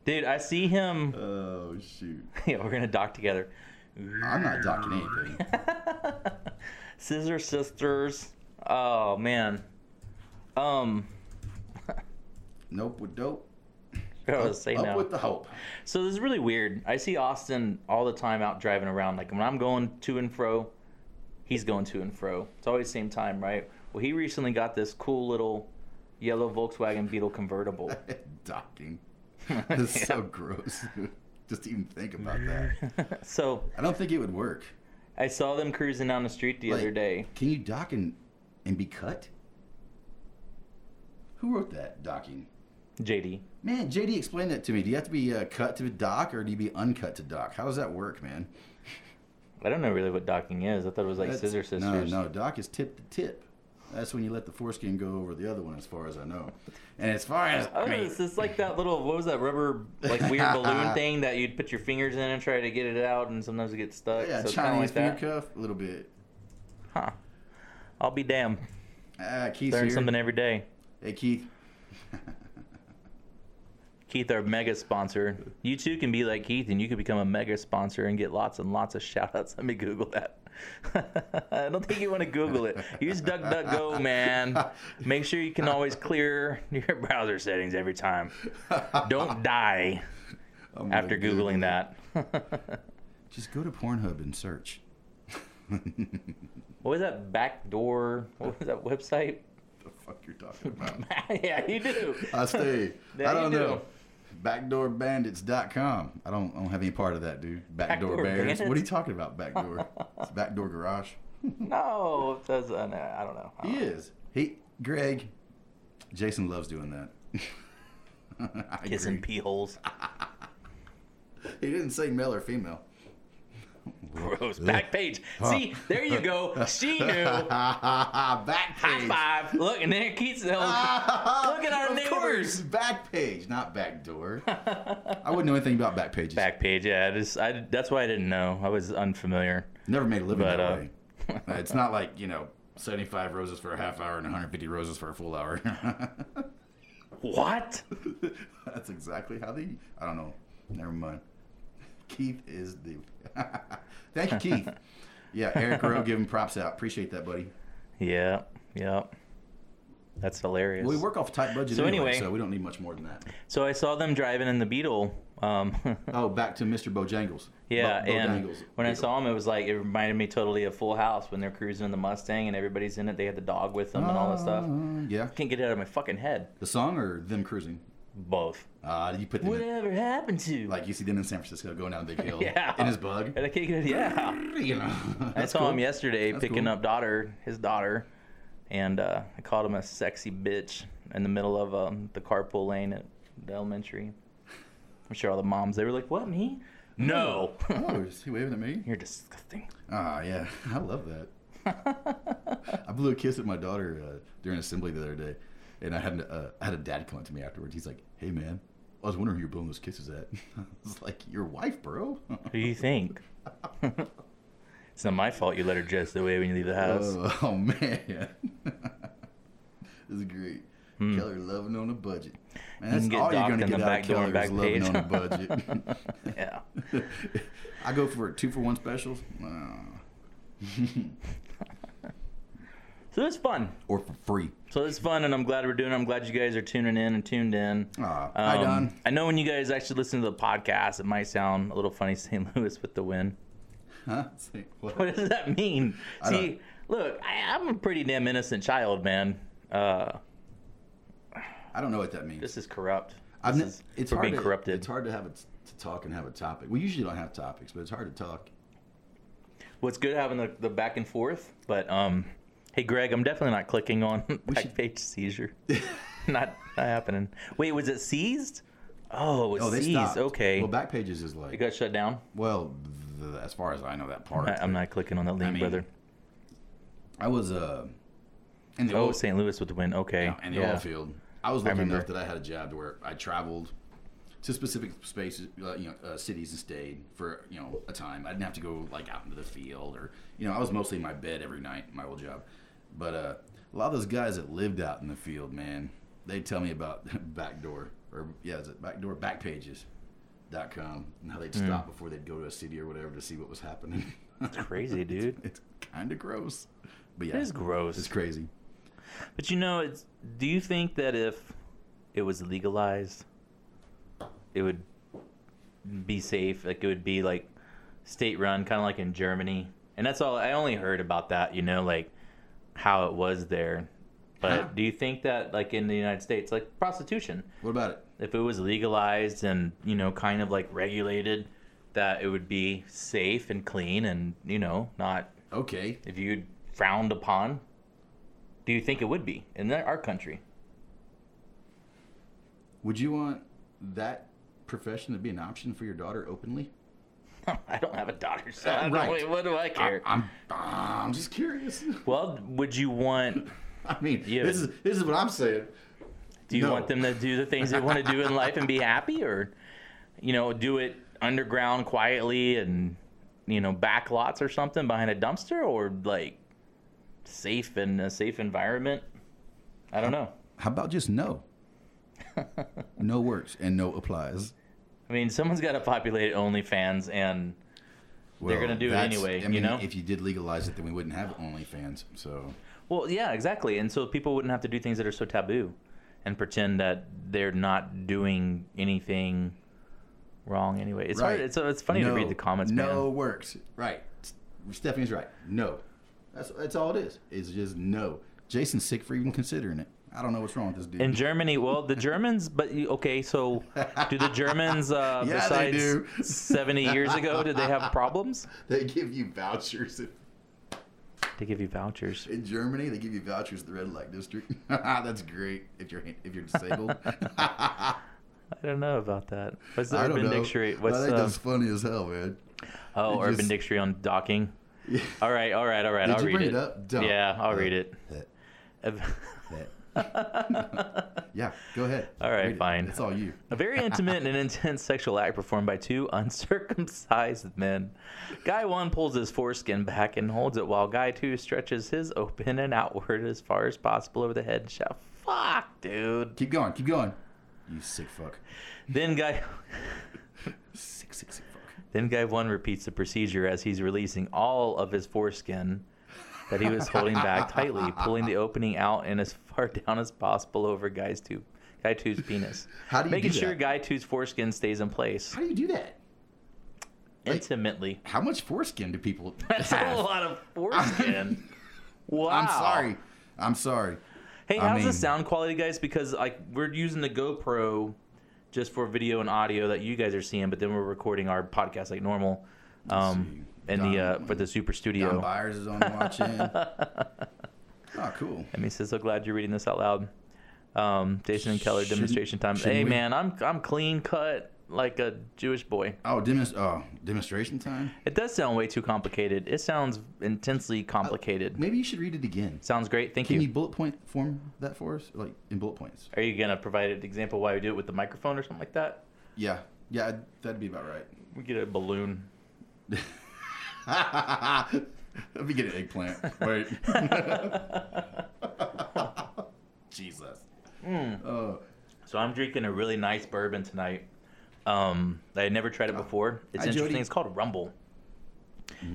B: Dude, I see him. [LAUGHS]
A: Oh shoot!
B: Yeah, we're going to dock together. [LAUGHS]
A: I'm not docking anything.
B: Scissor Sisters. Oh, man. Um,
A: Nope with dope.
B: I was gonna say
A: Up
B: now.
A: with the hope. [LAUGHS]
B: So this is really weird. I see Austin all the time out driving around. Like when I'm going to and fro, he's going to and fro. It's always same time, right? Well, he recently got this cool little yellow Volkswagen
A: [LAUGHS]
B: Beetle convertible.
A: Docking. That's
B: [LAUGHS]
A: so gross. [LAUGHS] Just even think about that.
B: so
A: I don't think it would work.
B: I saw them cruising down the street the
A: Like,
B: other day.
A: Can you dock and, and be cut? Who wrote that docking?
B: JD.
A: Man, JD explained that to me. Do you have to be uh, cut to dock or do you be uncut to dock? How does that work, man?
B: I don't know really what docking is. I thought it was like
A: That's-
B: scissor sisters.
A: No, no, dock is tip to tip. That's when you let the foreskin go over the other one, as far as I know. And as far as
B: Oh,
A: I mean,
B: it's, it's like that little what was that rubber like
A: [LAUGHS]
B: weird balloon thing that you'd put your fingers in and try to get it out, and sometimes it gets stuck.
A: Oh, yeah,
B: so it's kinda
A: Chinese
B: like
A: finger
B: that.
A: cuff a little bit.
B: Huh. I'll be damned.
A: Ah, Keith
B: Learn
A: here.
B: something every day.
A: Hey, Keith.
B: Keith, our mega sponsor. You too can be like Keith and you could become a mega sponsor and get lots and lots of shout outs. [LAUGHS] Let me Google that. I don't think you want to Google it. Use DuckDuckGo, man. Make sure you can always clear your [LAUGHS] browser settings every time. [LAUGHS]
A: [LAUGHS]
B: Don't die
A: I'm
B: after
A: gonna Google
B: Googling
A: it.
B: that.
A: Oh,
B: [LAUGHS]
A: Just go to Pornhub and search. [LAUGHS]
B: what was that backdoor? What was that website? [LAUGHS]
A: The fuck you're talking about?
B: yeah, you do. [LAUGHS]
A: I stay.
B: Yeah,
A: I don't
B: you do.
A: know. Backdoorbandits.com. I don't. I don't have any part of that, dude. Backdoor,
B: Backdoor
A: bears.
B: bandits?
A: What are you talking about? Backdoor.
B: [LAUGHS]
A: it's backdoor garage.
B: No, it doesn't. I don't know. I
A: He
B: don't know.
A: is. He, Greg, Jason loves doing that. [LAUGHS] I
B: Kissing
A: agree.
B: pee holes. [LAUGHS]
A: He didn't say male or female.
B: Gross. Back page. See, there you
A: [LAUGHS]
B: go. She knew.
A: back
B: High
A: page. [LAUGHS] Ah.
B: five. Look, and then Keith's the Look at our
A: of course,
B: neighbors.
A: back page, not back
B: [LAUGHS]
A: door. I wouldn't know anything about back pages.
B: back page. Yeah, I just, I, that's why I didn't know. I was unfamiliar.
A: Never made a living
B: But,
A: that
B: uh,
A: way. Uh, it's not like you know, seventy-five roses for a half hour and one hundred fifty roses for a full hour. [LAUGHS]
B: What?
A: That's exactly how they. I don't know. Never mind. Keith is the. [LAUGHS] Thank you, Keith. Yeah, Eric Rowe giving props out. Appreciate that, buddy.
B: Yeah, yeah. That's hilarious.
A: Well, we work off a tight budget
B: So
A: anyway,
B: anyway-
A: so we don't need much more than that.
B: so I saw them driving in the Beetle. Um, [LAUGHS]
A: Oh, back to Mr. Bojangles.
B: yeah,
A: Bo-
B: and
A: Bojangles.
B: when I
A: Beetle.
B: saw them, it was like it reminded me totally of Full House when they're cruising in the Mustang and everybody's in it. They had the dog with them and all that stuff.
A: Uh, yeah,
B: Can't get it out of my fucking head.
A: the song or them cruising.
B: Both.
A: Uh, you put them in,
B: Whatever happened to?
A: like you see them in San Francisco going down
B: [LAUGHS]
A: Big Hill
B: Yeah.
A: in his bug.
B: And I can't get it. Yeah. [LAUGHS]
A: [LAUGHS] You know,
B: I
A: that's
B: saw
A: cool.
B: him yesterday
A: That's
B: picking
A: cool.
B: up daughter, his daughter, and uh, I called him a sexy bitch in the middle of um, the carpool lane at the elementary. I'm sure all the moms they were like, "What me? No,
A: [LAUGHS] Oh, is he waving at me?
B: [LAUGHS] you're disgusting."
A: Ah, yeah, [LAUGHS] I love that.
B: [LAUGHS]
A: I blew a kiss at my daughter uh, during assembly the other day, and I had an, uh, I had a dad come up to me afterwards. He's like, "Hey, man, I was wondering who you're blowing those kisses at." [LAUGHS] I was like, "Your wife, bro."
B: Who do
A: [LAUGHS]
B: you think? [LAUGHS] it's not my fault you let her dress the way when you leave the house.
A: oh, [LAUGHS] oh, man, this is great. Keller loving on a budget. Man, that's
B: Hmm. can get
A: all you're
B: docked
A: gonna
B: in the
A: get out
B: back
A: of
B: door
A: Keller
B: and
A: is loving on a
B: back
A: budget.
B: [LAUGHS]
A: [LAUGHS]
B: yeah.
A: I go for two for one specials, uh,
B: So it's fun.
A: [LAUGHS] or for free.
B: So it's fun, and I'm glad we're doing. it. I'm glad you guys are tuning in and tuned in.
A: Aw, Ah, hi,
B: Um,
A: Don.
B: I know when you guys actually listen to the podcast, it might sound a little funny. [LAUGHS] St. Louis with the win.
A: Huh? Say what?
B: What does that mean?
A: I don't-
B: See, look, I, I'm a pretty damn innocent child, man. Uh,
A: I don't know what that means.
B: this is corrupt.
A: I've
B: This
A: ne-
B: is-
A: it's
B: we're
A: hard
B: being
A: to,
B: corrupted.
A: It's hard to have a t- to talk and have a topic. We usually don't have topics, but it's hard to talk.
B: What's good having the, the back and forth, but um, hey, Greg, I'm definitely not clicking on [LAUGHS] back
A: should- [LAUGHS]
B: page seizure. not, not happening. Wait, was it seized? Oh, it was
A: Oh, they
B: seized.
A: stopped.
B: Okay.
A: Well, Backpages is like
B: it got shut down.
A: well, th- as far as I know, that part.
B: [LAUGHS] I, I'm not clicking on that link,
A: mean,
B: brother.
A: I was uh, in the
B: Oh,
A: oil,
B: St. Louis with the win. Okay.
A: in the oil field. I was lucky
B: remember.
A: enough that I had a job to where I traveled to specific spaces, uh, you know, uh, cities and stayed for you know a time. I didn't have to go like out into the field or you know I was mostly in my bed every night. in My old job, But uh, a lot of those guys that lived out in the field, man, they tell me about [LAUGHS] backdoor or yeah, is it backdoor backpages. Dot com and how they'd
B: Mm.
A: stop before they'd go to a city or whatever to see what was happening.
B: It's
A: [LAUGHS]
B: crazy,
A: It's-
B: dude.
A: It's, kind of gross, but yeah,
B: It is gross.
A: It's crazy.
B: But you know, it's, do you think that if it was legalized, it would be safe? Like it would be like state run, kind of like in Germany. And that's all I only heard about that. You know, like how it was there. But
A: Huh.
B: do you think that like in the United States, like prostitution,
A: What about it?
B: if it was legalized and you know kind of like regulated, that it would be safe and clean and you know not
A: Okay,
B: if you frowned upon, do you think it would be in our country? [LAUGHS]
A: would you want that profession to be an option for your daughter openly?
B: I don't have a daughter, so I don't-
A: Right.
B: what do I care?
A: I, am I'm just curious. [LAUGHS]
B: well, would you want?
A: I mean,
B: Yeah.
A: this is this is what I'm saying.
B: Do you
A: No.
B: want them to do the things they want to do in life and be happy, or you know, do it underground quietly and you know back lots or something behind a dumpster, or like safe in a safe environment? I don't know.
A: How about just
B: [LAUGHS]
A: no? no works and no applies.
B: I mean, someone's got to populate OnlyFans and They're gonna do it
A: that's-
B: anyway,
A: I
B: you
A: mean,
B: know?
A: if you did legalize it, then we wouldn't have OnlyFans. So
B: Well, yeah, exactly. And so people wouldn't have to do things that are so taboo and pretend that they're not doing anything wrong anyway. It's
A: Right.
B: hard. It's, it's funny to
A: No.
B: read the comments,
A: No
B: man.
A: works. Right. Stephanie's right. No. That's that's all it is. It's just no. Jason's sick for even considering it. I don't know what's wrong with this dude.
B: In Germany, well, the Germans, but you- okay, so do the Germans, uh,
A: [LAUGHS] Yeah, they
B: besides
A: do.
B: 70 years ago, did they have problems?
A: [LAUGHS] they give you vouchers in,
B: They give you vouchers.
A: in Germany. They give you vouchers at the red light district. [LAUGHS] that's great if you're if you're
B: [LAUGHS]
A: disabled. [LAUGHS] I
B: I don't know about that. What's the
A: don't
B: Urban
A: know.
B: Dictionary? What's
A: I think
B: um,
A: that's funny as hell, man.
B: oh,
A: it
B: Urban
A: just-
B: Dictionary on docking?
A: [LAUGHS] Yeah.
B: All right, all right, all right.
A: Did
B: I'll
A: you
B: read
A: bring
B: it.
A: it up? Don't.
B: Yeah, I'll
A: Uh,
B: read it.
A: [LAUGHS] That- that-
B: A [LAUGHS]
A: Yeah, go ahead.
B: All right,
A: Read it.
B: fine.
A: It's all you.
B: very intimate and intense sexual act performed by two [LAUGHS] uncircumcised men. Guy one pulls his foreskin back and holds it while guy two stretches his open and outward as far as possible over the head and shout, Fuck, dude.
A: Keep going. Keep going. You sick fuck.
B: Then guy [LAUGHS]
A: Sick, sick, sick fuck.
B: then guy one repeats the procedure as he's releasing all of his foreskin that he was holding back tightly, pulling the opening out and as far [LAUGHS] down as possible over guy's two guy two's penis.
A: How do you
B: Making
A: do
B: sure
A: that?
B: guy two's foreskin stays in place.
A: How do you do that? Like-
B: Intimately.
A: How much foreskin do people
B: [LAUGHS] That's
A: have?
B: a lot of
A: [LAUGHS]
B: foreskin. wow.
A: I'm sorry. I'm sorry.
B: Hey,
A: I
B: how's the
A: mean-
B: sound quality, guys? Because like we're using the GoPro just for video and audio that you guys are seeing, but then we're recording our podcast like normal. Um,
A: see.
B: in the uh,
A: Don-
B: for the super
A: John
B: studio.
A: Byers is on
B: [LAUGHS]
A: watching. oh, cool.
B: And he says, "So glad you're reading this out loud." Um, Jason and Keller
A: Shouldn't-
B: demonstration time.
A: shouldn't
B: Hey,
A: we-
B: man, I'm I'm clean cut like a Jewish boy.
A: Oh, demonst- oh, demonstration time.
B: It does sound way too complicated. It sounds intensely complicated.
A: Maybe you should read it again.
B: Sounds great. Thank
A: Can
B: you.
A: you bullet point form that for us, like in bullet points?
B: Are you gonna provide an example why we do it with the microphone or something like that?
A: Yeah, yeah, that'd be about
B: We get a balloon.
A: right. [LAUGHS] Let me get an eggplant.
B: [LAUGHS]
A: Wait. Jesus. Oh,
B: So I'm drinking a really nice bourbon tonight. Um, I never tried it before. It's
A: Oh. Hi,
B: interesting.
A: Jody.
B: It's called Rumble.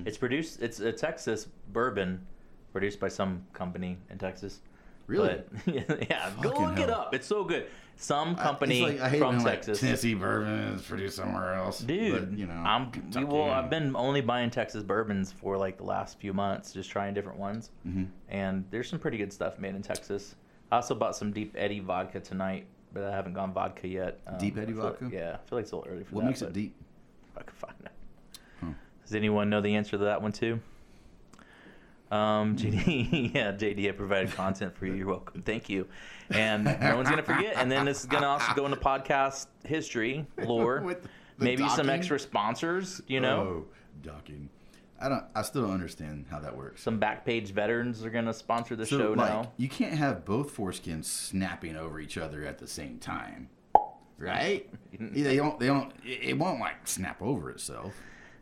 B: It's produced. It's a Texas bourbon, produced by some company in Texas.
A: really?
B: But, [LAUGHS] yeah. Go
A: Fucking
B: look it
A: hell.
B: up. It's so good. Some
A: I- it's
B: company
A: like- I hate
B: from
A: when, like,
B: Texas.
A: Tennessee bourbon is produced somewhere else.
B: Dude,
A: but, you know,
B: I'm
A: Kentucky
B: well. I've
A: and-
B: been only buying Texas bourbons for like the last few months, just trying different ones.
A: Mhm.
B: and there's some pretty good stuff made in Texas. I also bought some Deep Eddy vodka tonight, but I haven't gone vodka yet. Um,
A: Deep Eddy
B: I feel like-
A: vodka?
B: yeah, I feel like it's a little early for
A: What
B: that.
A: makes it
B: but
A: deep?
B: I can find out.
A: Huh.
B: Does anyone know the answer to that one too? Um, [LAUGHS] JD, yeah, JD, I provided content for you. You're welcome. Thank you. And no one's gonna forget. And then this is gonna also go into podcast history, lore,
A: [LAUGHS] With the
B: maybe some
A: docking?
B: extra sponsors. You know.
A: Oh, docking. I don't. I still don't understand how that works.
B: Some backpage veterans are gonna sponsor the show
A: like,
B: now.
A: you can't have both foreskins snapping over each other at the same time,
B: [LAUGHS]
A: right? Yeah, they don't. They don't. It it won't like snap over itself.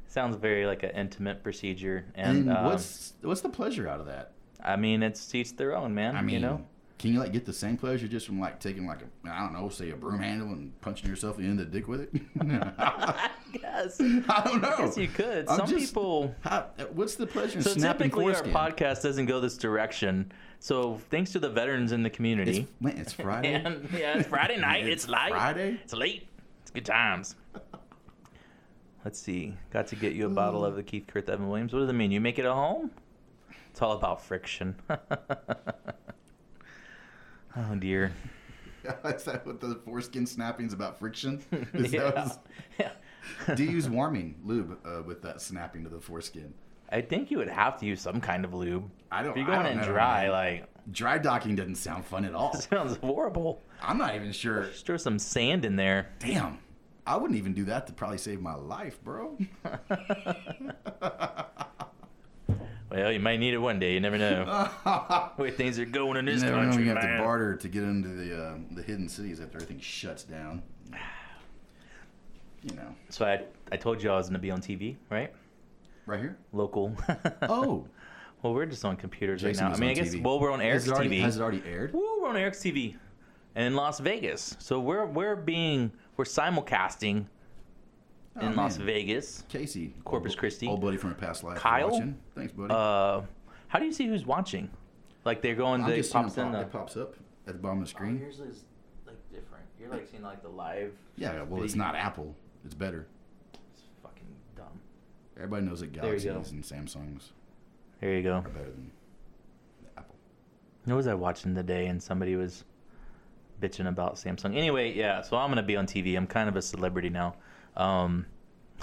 B: Sounds very like an intimate procedure, and,
A: And
B: uh,
A: what's what's the pleasure out of that?
B: I mean, it's to each their own, man.
A: I mean, [LAUGHS]
B: you know, [LAUGHS]
A: can you like get the same pleasure just from like taking like a I don't know, say a broom handle and punching yourself in the dick with it? [LAUGHS] I
B: [LAUGHS] I guess.
A: [LAUGHS] don't know.
B: I guess you could.
A: I'm
B: Some
A: just-
B: people.
A: How, what's the pleasure in
B: So
A: snapping
B: typically,
A: foreskin?
B: our podcast doesn't go this direction. So thanks to the veterans in the community.
A: It's, man,
B: [LAUGHS]
A: it's Friday.
B: And yeah, it's Friday night.
A: It's
B: it's, light.
A: Friday? [LAUGHS]
B: It's late. It's good times. Let's see. Got to get you a bottle of the Keith Kurt Evan Williams. What does it mean? You make it at home? It's all about friction. [LAUGHS] oh dear.
A: Is that what the foreskin snapping's about? Friction? [LAUGHS] Is that
B: [LAUGHS] yeah.
A: what's- do you use warming lube uh, with that snapping to the foreskin?
B: [LAUGHS] I think you would have to use some kind of lube.
A: I don't.
B: If you're
A: I
B: going
A: don't
B: in
A: know,
B: dry,
A: man.
B: like [LAUGHS]
A: dry docking doesn't sound fun at all.
B: that sounds horrible.
A: I'm not even sure.
B: Just throw some sand in there.
A: Damn, I wouldn't even do that to probably save my life,
B: [LAUGHS]
A: bro. [LAUGHS]
B: Well, you might need it one day. You
A: [LAUGHS]
B: never know.
A: you
B: The way things are going in this
A: never know when
B: country,
A: you have to
B: man.
A: barter to get into the uh, the hidden cities after everything shuts down. You know,
B: So I, I told you I was going to be on TV, right?
A: right
B: [LAUGHS]
A: here.
B: Local.
A: Oh,
B: Well, we're just on computers
A: Jason
B: right now. I
A: was
B: mean, I
A: on
B: guess
A: TV.
B: well, we're on Eric's
A: has it already,
B: TV.
A: Has it already aired?
B: Woo, we're on Eric's TV, and in Las Vegas. So we're we're being we're simulcasting
A: Oh,
B: in Las
A: man.
B: Vegas.
A: Casey,
B: Corpus
A: old,
B: Christi.
A: old buddy from a past life. for
B: Kyle?
A: watching. thanks, buddy.
B: Uh, how do you see who's watching? Like they're going,
A: I'm
B: they
A: just seeing
B: pops
A: it
B: in
A: pop-
B: the.
A: it pops up at the bottom of the screen.
B: Oh, yours is like different. You're like seeing like the live.
A: yeah, well, it's not Apple. It's better.
B: It's fucking dumb.
A: Everybody knows that
B: There you
A: Galaxies
B: go.
A: and Samsungs
B: There you go.
A: are better than Apple.
B: What was I watching today? And somebody was bitching about Samsung. Anyway, yeah. So I'm gonna be on TV. I'm kind of a celebrity now. Um, [LAUGHS]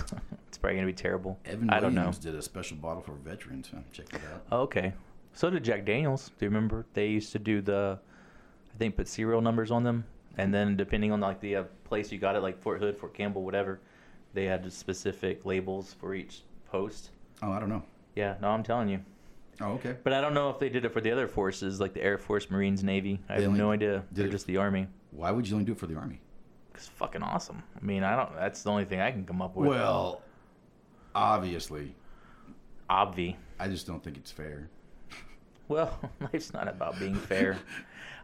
B: it's probably gonna be terrible.
A: Evan
B: I
A: Williams
B: don't know.
A: did a special bottle for veterans. Huh, Check it out.
B: Oh, okay. So did Jack Daniels. Do you remember they used to do the, I think, put serial numbers on them, and then depending on like the uh, place you got it, like Fort Hood, Fort Campbell, whatever, they had the specific labels for each post.
A: Oh, I don't know.
B: Yeah, no, I'm telling you.
A: Oh, okay.
B: But I don't know if they did it for the other forces, like the Air Force, Marines, Navy. I
A: They
B: have
A: only
B: no idea.
A: did
B: They're
A: it-
B: just the Army.
A: Why would you only do it for the Army?
B: It's fucking awesome. I mean, I don't. That's the only thing I can come up with.
A: Well, obviously,
B: obvi.
A: I just don't think it's fair.
B: Well, [LAUGHS] life's not about
A: [LAUGHS]
B: being fair.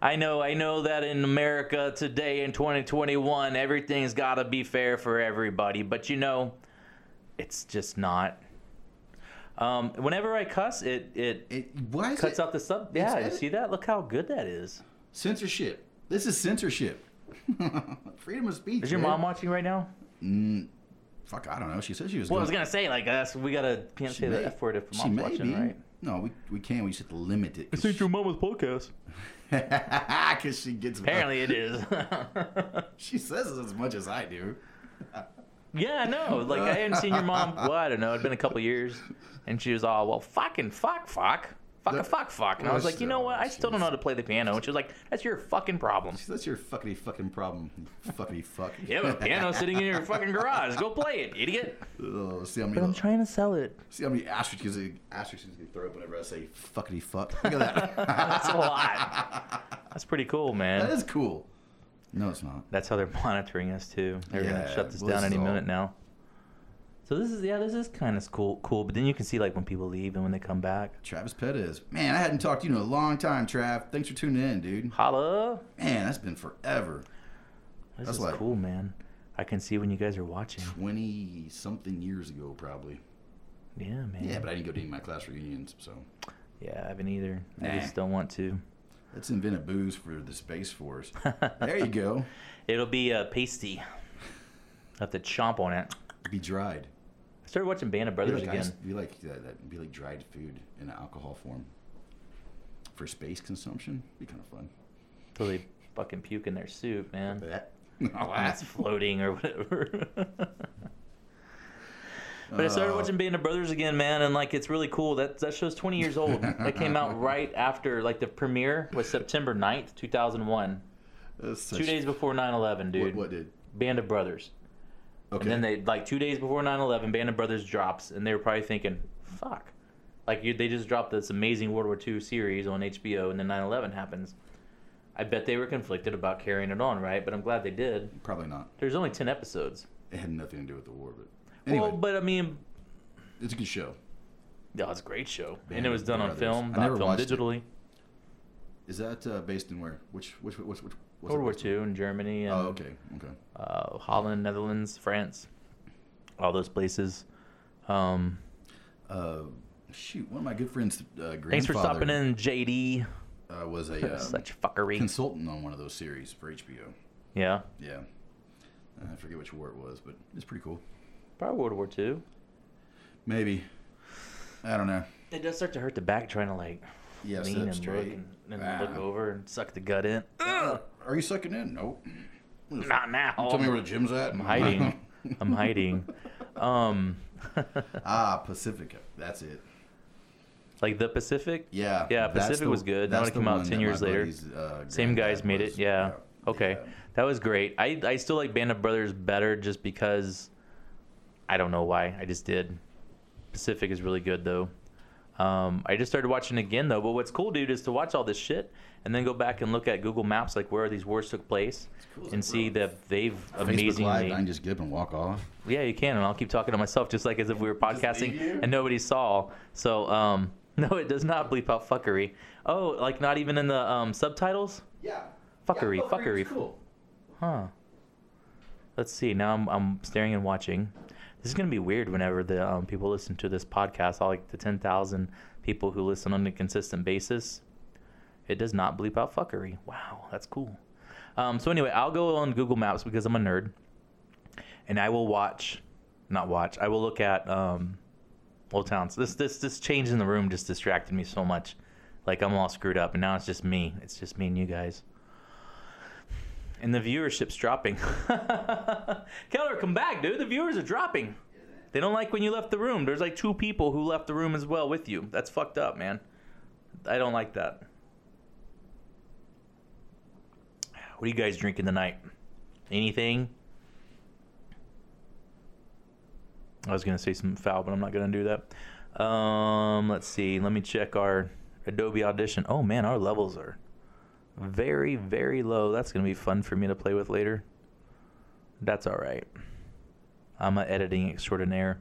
B: I know, I know that in America today in 2021, everything's got to be fair for everybody, but you know, it's just not. Um, whenever I cuss, it it
A: It, why is
B: cuts
A: it
B: out the sub. Yeah, you
A: edit-
B: see that? Look how good that is.
A: censorship? This is censorship. [LAUGHS] Freedom of speech.
B: Is your
A: man.
B: mom watching right now?
A: Mm, fuck, I don't know. She said she was.
B: Well, I was
A: gonna-
B: gonna say like us, we gotta can't say
A: may-
B: the f word if
A: she
B: mom's
A: may
B: watching,
A: be.
B: right?
A: No, we, we can't. We just have to limit it. [LAUGHS]
B: mama's podcast.
A: Because she gets
B: Apparently, it is.
A: [LAUGHS]
B: [LAUGHS]
A: She says it as much as I do.
B: Yeah, I know. Like I hadn't seen
A: [LAUGHS]
B: your mom. Well, I don't know. It'd been a couple years, and she was all, "Well, fucking fuck, fuck, fuck, a
A: That-
B: fuck, fuck," and I
A: Well,
B: was like, "You know
A: still,
B: what? I still don't know how to play the piano." And she was like, "That's your fucking problem."
A: She says that's your fuckity fucking problem. you Fuckity fuck.
B: [LAUGHS]
A: [LAUGHS]
B: You have a piano sitting in your fucking garage. Go play it, idiot.
A: Ugh, Oh, see how
B: But I'm
A: many
B: trying to sell it.
A: see how many asterisks asterisks you can throw up whenever I say fuckity fuck. Look at that. [LAUGHS]
B: That's a lot. That's pretty cool,
A: that
B: man.
A: is cool. No, it's not.
B: That's how they're [LAUGHS] monitoring us too. They're gonna
A: Yeah,
B: shut this
A: well,
B: down
A: this
B: any
A: is all-
B: minute now. So this is yeah, this is kind of cool, cool. But then you can see like when people leave and when they come back.
A: Travis Pettis. Man, I hadn't talked to you in a long time, Trav. Thanks for tuning in, dude.
B: Holla.
A: Man, that's been forever.
B: This
A: That's
B: is
A: like-
B: cool, man. I can see when you guys are watching.
A: Twenty something years ago, probably.
B: Yeah, man.
A: Yeah, but I didn't go to any of my class reunions, so
B: Yeah, I haven't either. I
A: Nah.
B: just don't want to. [LAUGHS]
A: let's invent a booze for the space force. [LAUGHS] there you go.
B: It'll be a pasty. I have to chomp on it.
A: Be dried.
B: I started watching Band of
A: Be
B: Brothers
A: like,
B: again.
A: ice- be like that, that. Be like dried food in an alcohol form for space consumption. Be kind of fun.
B: Until they fucking puke in their soup, man.
A: That. [LAUGHS]
B: And it's floating or whatever. [LAUGHS] but I started
A: Oh.
B: watching Band of Brothers again, man, and like it's really cool. That that show's 20 years
A: [LAUGHS]
B: old. that came out right after like the premiere was September 9th, 2001.
A: That's such-
B: Two days before 9/11, dude.
A: What, what did?
B: Band of Brothers.
A: Okay.
B: And then they like two days before 9/11, Band of Brothers drops, and they were probably thinking, "Fuck!" Like you, they just dropped this amazing World War II series on HBO, and then 9/11 happens. I bet they were conflicted about carrying it on, right? But I'm glad they did.
A: Probably not.
B: There's only ten episodes.
A: It had nothing to do with the war, but anyway,
B: Well, but I mean,
A: it's a good show.
B: That was a great show,
A: Band
B: and it was
A: of
B: done on
A: Brothers. I
B: film, not
A: never
B: filmed
A: watched it.
B: digitally.
A: Is that uh, based in where? Which which which which? what's
B: World
A: it
B: War
A: based
B: II in Germany
A: in?
B: and
A: Oh, okay, okay.
B: uh, Holland, Netherlands, France, all those places. Um,
A: Uh, shoot, one of my good friends' uh, grandfather
B: thanks for stopping
A: [LAUGHS]
B: in, JD.
A: Uh, was a uh,
B: [LAUGHS] Such fuckery.
A: consultant on one of those series for HBO.
B: yeah,
A: Yeah, Uh, I forget which war it was, but it's pretty cool.
B: probably World War II.
A: Maybe I don't know.
B: It does start to hurt the back trying to like
A: Yeah, sit
B: lean
A: up
B: and
A: straight.
B: look and, and
A: Ah.
B: look over and suck the gut in.
A: Uh, Are you sucking in? Nope.
B: Not now.
A: Tell me where the gym's at. [LAUGHS]
B: I'm hiding. I'm hiding. [LAUGHS] Um,
A: ah, Pacifica. That's it.
B: like the Pacific.
A: Yeah.
B: Yeah,
A: that's
B: Pacific
A: the-
B: was good. That
A: that's
B: one
A: the
B: came out
A: one
B: 10
A: that
B: years
A: my
B: later.
A: buddy's, uh,
B: Same guys
A: granddad
B: made
A: was-
B: it. Yeah. Okay.
A: yeah.
B: That was great. I, I still like Band of Brothers better just because I don't know why. I just did. Pacific is really good though. Um, I just started watching again though. But what's cool, dude, is to watch all this shit and then go back and look at Google Maps like where these wars took place
A: cool.
B: and see that they've
A: Facebook Live,
B: amazingly.
A: I can just get up and walk off.
B: Yeah, you can, and I'll keep talking to myself just like as if we were
A: Does it
B: podcasting
A: bleep you?
B: and nobody saw. So, um, [LAUGHS] no, it does not bleep out fuckery. Oh, like not even in the um, subtitles?
A: Yeah.
B: Fuckery, Yeah, fuckery is fuckery.
A: Cool.
B: Huh. Let's see. Now I'm, I'm staring and watching. This is going to be weird whenever the um, people listen to this podcast, all like the 10,000 people who listen on a consistent basis. It does not bleep out fuckery. Wow, that's cool. Um, so, anyway, I'll go on Google Maps because I'm a nerd. And I will watch, not watch, I will look at um, Old Towns. This, this, this change in the room just distracted me so much. Like, I'm all screwed up. And now it's just me. It's just me and you guys. And the viewership's dropping. [LAUGHS] Keller, come back, dude. The viewers are dropping. They don't like when you left the room. There's like two people who left the room as well with you. That's fucked up, man. I don't like that. What are you guys drinking tonight? Anything? I was gonna say something foul, but I'm not gonna do that. Um, let's see. Let me check our Adobe Audition. Oh man, our levels are very, very low. That's going to be fun for me to play with later. That's all right. I'm an editing extraordinaire.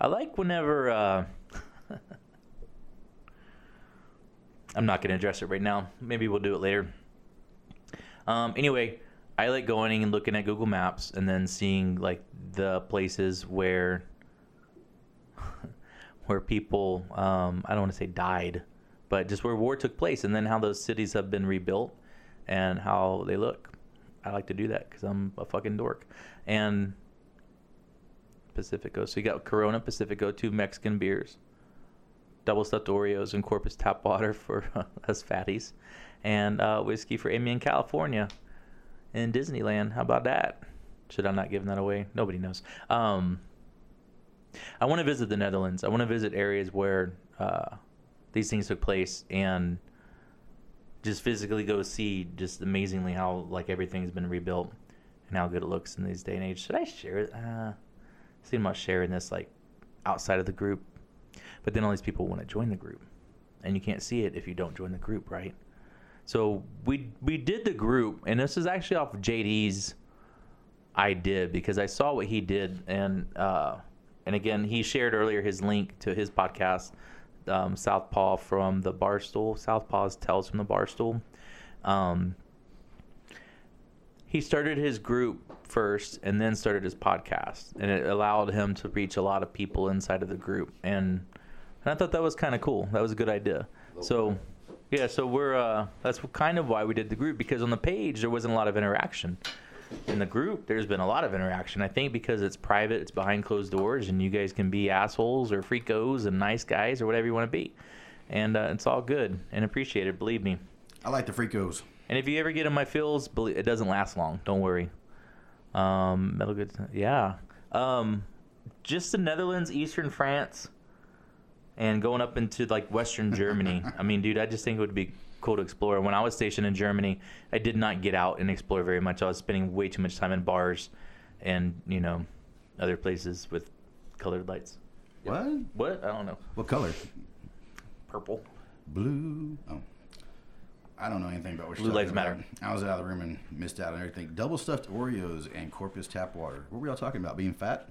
B: I like whenever. Uh, [LAUGHS] I'm not going to address it right now. Maybe we'll do it later. Um, anyway, I like going and looking at Google Maps and then seeing like the places where where people um, I don't want to say died, but just where war took place, and then how those cities have been rebuilt and how they look. I like to do that because I'm a fucking dork. And Pacifico. So you got Corona Pacifico, two Mexican beers, double stuffed Oreos, and Corpus tap water for [LAUGHS] us fatties, and uh, whiskey for Amy in California, in Disneyland. How about that? Should I not give that away? Nobody knows. Um, I want to visit the Netherlands. I want to visit areas where uh, these things took place and just physically go see just amazingly how like everything's been rebuilt and how good it looks in these day and age. Should I share it? Uh, see about sharing this like outside of the group, but then all these people want to join the group, and you can't see it if you don't join the group, right? So we we did the group, and this is actually off JD's I did because I saw what he did, and uh, and again, he shared earlier his link to his podcast, um, Southpaw from the Barstool, Southpaw's Tells from the Barstool. Um, he started his group first, and then started his podcast, and it allowed him to reach a lot of people inside of the group, and and I thought that was kind of cool. That was a good idea. So. Yeah, so we're uh, that's kind of why we did the group because on the page there wasn't a lot of interaction in the group, there's been a lot of interaction. I think because it's private, it's behind closed doors, and you guys can be assholes or freakos and nice guys or whatever you want to be. And uh, it's all good and appreciated, believe me.
A: I like the freakos.
B: And if you ever get in my feels, believe, it doesn't last long. Don't worry. Um, metal goods, yeah. Um, just the Netherlands, Eastern France, and going up into like Western Germany. I mean, dude, I just think it would be cool to explore. When I was stationed in Germany, I did not get out and explore very much. I was spending way too much time in bars and you know other places with colored lights.
A: What?
B: What? I don't know.
A: What color?
B: Purple.
A: Blue. Oh. I don't know anything about what
B: Blue
A: you're
B: lives
A: talking about.
B: matter.
A: I was out of the room and missed out on everything. Double stuffed Oreos and Corpus tap water. What were y'all talking about? Being fat,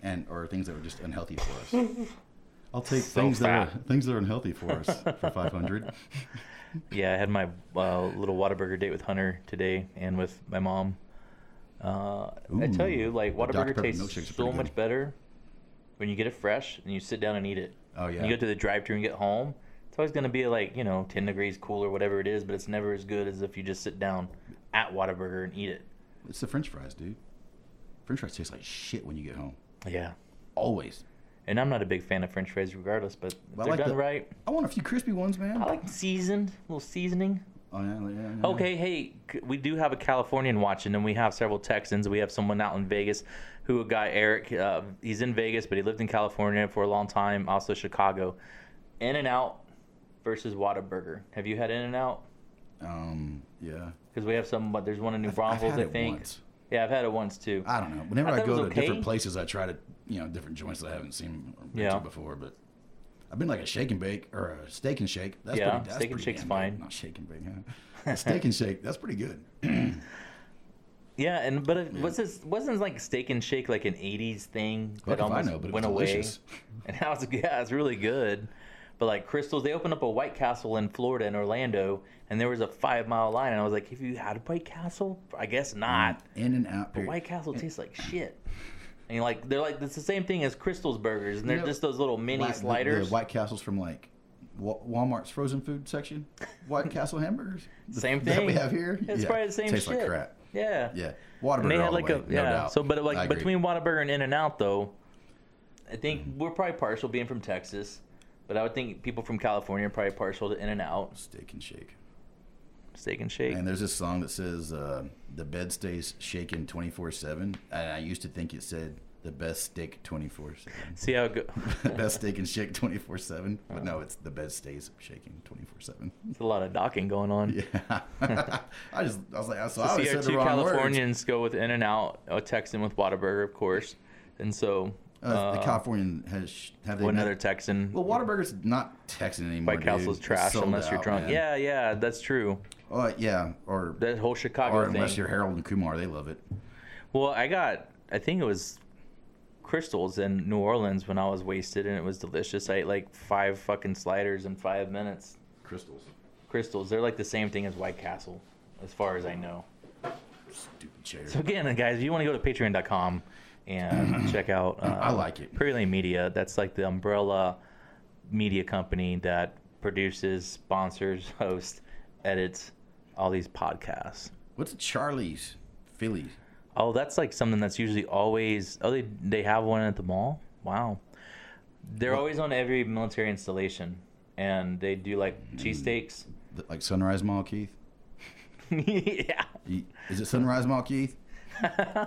A: and or things that were just unhealthy for us. [LAUGHS] I'll take
B: So
A: things that are
B: fat.
A: [LAUGHS] things that are unhealthy for us for five [LAUGHS] hundred.
B: Yeah, I had my uh, little Whataburger date with Hunter today and with my mom. Uh, I tell
A: Ooh,
B: you, like
A: the Dr.
B: Whataburger
A: Pepper
B: tastes
A: milkshakes are
B: so
A: pretty
B: much
A: good.
B: better when you get it fresh and you sit down and eat it.
A: Oh yeah.
B: You go to the drive-thru and get home. It's always going to be like you know, ten degrees cool or whatever it is, but it's never as good as if you just sit down at Whataburger and eat it.
A: it's the French fries, dude. French fries taste like shit when you get home.
B: Yeah,
A: Always.
B: and I'm not a big fan of French fries, regardless. But if
A: Well, I
B: they're
A: like
B: done
A: the-
B: right,
A: I want a few crispy ones, man.
B: I like seasoned, a little seasoning.
A: Oh yeah, yeah, yeah.
B: Okay, hey, c- we do have a Californian watching, and we have several Texans. We have someone out in Vegas who a guy, Eric, uh, he's in Vegas, but he lived in California for a long time, also Chicago. In and Out versus Whataburger. Have you had In and Out?
A: Um. Yeah.
B: Because we have some, but there's one in New
A: I've- I've
B: Braunfels,
A: had
B: I
A: it
B: think.
A: once.
B: Yeah, I've had it once too.
A: I don't know. Whenever
B: I
A: I,
B: thought it
A: go
B: was
A: to
B: okay.
A: different places, I try to you know different joints that I haven't seen or been
B: Yeah.
A: to before. But I've been like a shake and bake or a steak and shake. That's
B: Yeah,
A: pretty, that's
B: steak and
A: pretty
B: shake's
A: damn
B: fine.
A: Good. Not shake and bake.
B: [LAUGHS]
A: Huh? A steak and shake. That's pretty good.
B: Yeah, and but it, was this wasn't like Steak and Shake like an '80s thing
A: Fuck
B: that
A: if I
B: almost
A: know, but it
B: went
A: was
B: away?
A: delicious.
B: [LAUGHS] And now it's yeah, it's really good. But like crystals, they opened up a White Castle in Florida in Orlando, and there was a five mile line, and I was like, "Have you had a White Castle? I guess not."
A: In and out.
B: But
A: period.
B: White Castle tastes like shit. And you're like they're like it's the same thing as Crystal's burgers, and they're
A: know,
B: just those little mini
A: Like the- The,
B: sliders.
A: White Castles from like Wa- Walmart's frozen food section.
B: [LAUGHS]
A: White Castle hamburgers. The-
B: Same
A: That we
B: thing.
A: have here.
B: it's probably the same
A: Tastes
B: shit.
A: like crap.
B: Yeah.
A: Yeah. Waterburger.
B: And they had
A: all
B: like
A: the
B: a
A: way,
B: yeah.
A: No doubt.
B: So, but
A: I
B: like
A: agree.
B: between Whataburger and In and Out, though, I think we're probably partial being from Texas, but I would think people from California are probably partial to In and Out,
A: steak and shake.
B: Steak and Shake.
A: And there's this song that says, uh, "The bed stays shaking 24/7," and I used to think it said, "The best steak 24/7."
B: See how it go-
A: The [LAUGHS] best steak and shake 24/7, but no, it's the bed stays shaking 24/7.
B: [LAUGHS]
A: [LAUGHS]
B: It's a lot of docking going on.
A: Yeah, [LAUGHS] I just I was like, so I
B: See
A: always
B: our
A: said the
B: two
A: wrong words.
B: Californians go with In and Out, a Texan with Whataburger, of course, and so
A: Uh,
B: uh,
A: the Californian has sh- have they
B: one
A: met-
B: other Texan.
A: Well, Whataburger's not Texan anymore.
B: White Castle's
A: dude. It's
B: trash
A: sold
B: unless you're
A: out,
B: drunk.
A: man.
B: Yeah, yeah, that's true.
A: Uh, yeah, or
B: That whole Chicago
A: or
B: thing.
A: unless you're Harold and Kumar, they love it.
B: Well, I got, I think it was crystals in New Orleans when I was wasted, and it was delicious. I ate like five fucking sliders in five minutes.
A: Crystals,
B: Crystals, they're like the same thing as White Castle, as far as I know.
A: stupid chair.
B: So again, guys, if you want to go to Patreon.com [CLEARS THROAT] and check out, uh,
A: I like it.
B: Prairie Lane Media. That's like the umbrella media company that produces, sponsors, [LAUGHS] hosts, edits all these podcasts.
A: What's Charlie's Phillies?
B: Oh, that's like something that's usually always. Oh, they they have one at the mall. Wow, they're always on every military installation, and they do like cheesesteaks. [LAUGHS]
A: Th- Like Sunrise Mall, Keith?
B: yeah.
A: Y- Is it Sunrise Mall, Keith? [LAUGHS]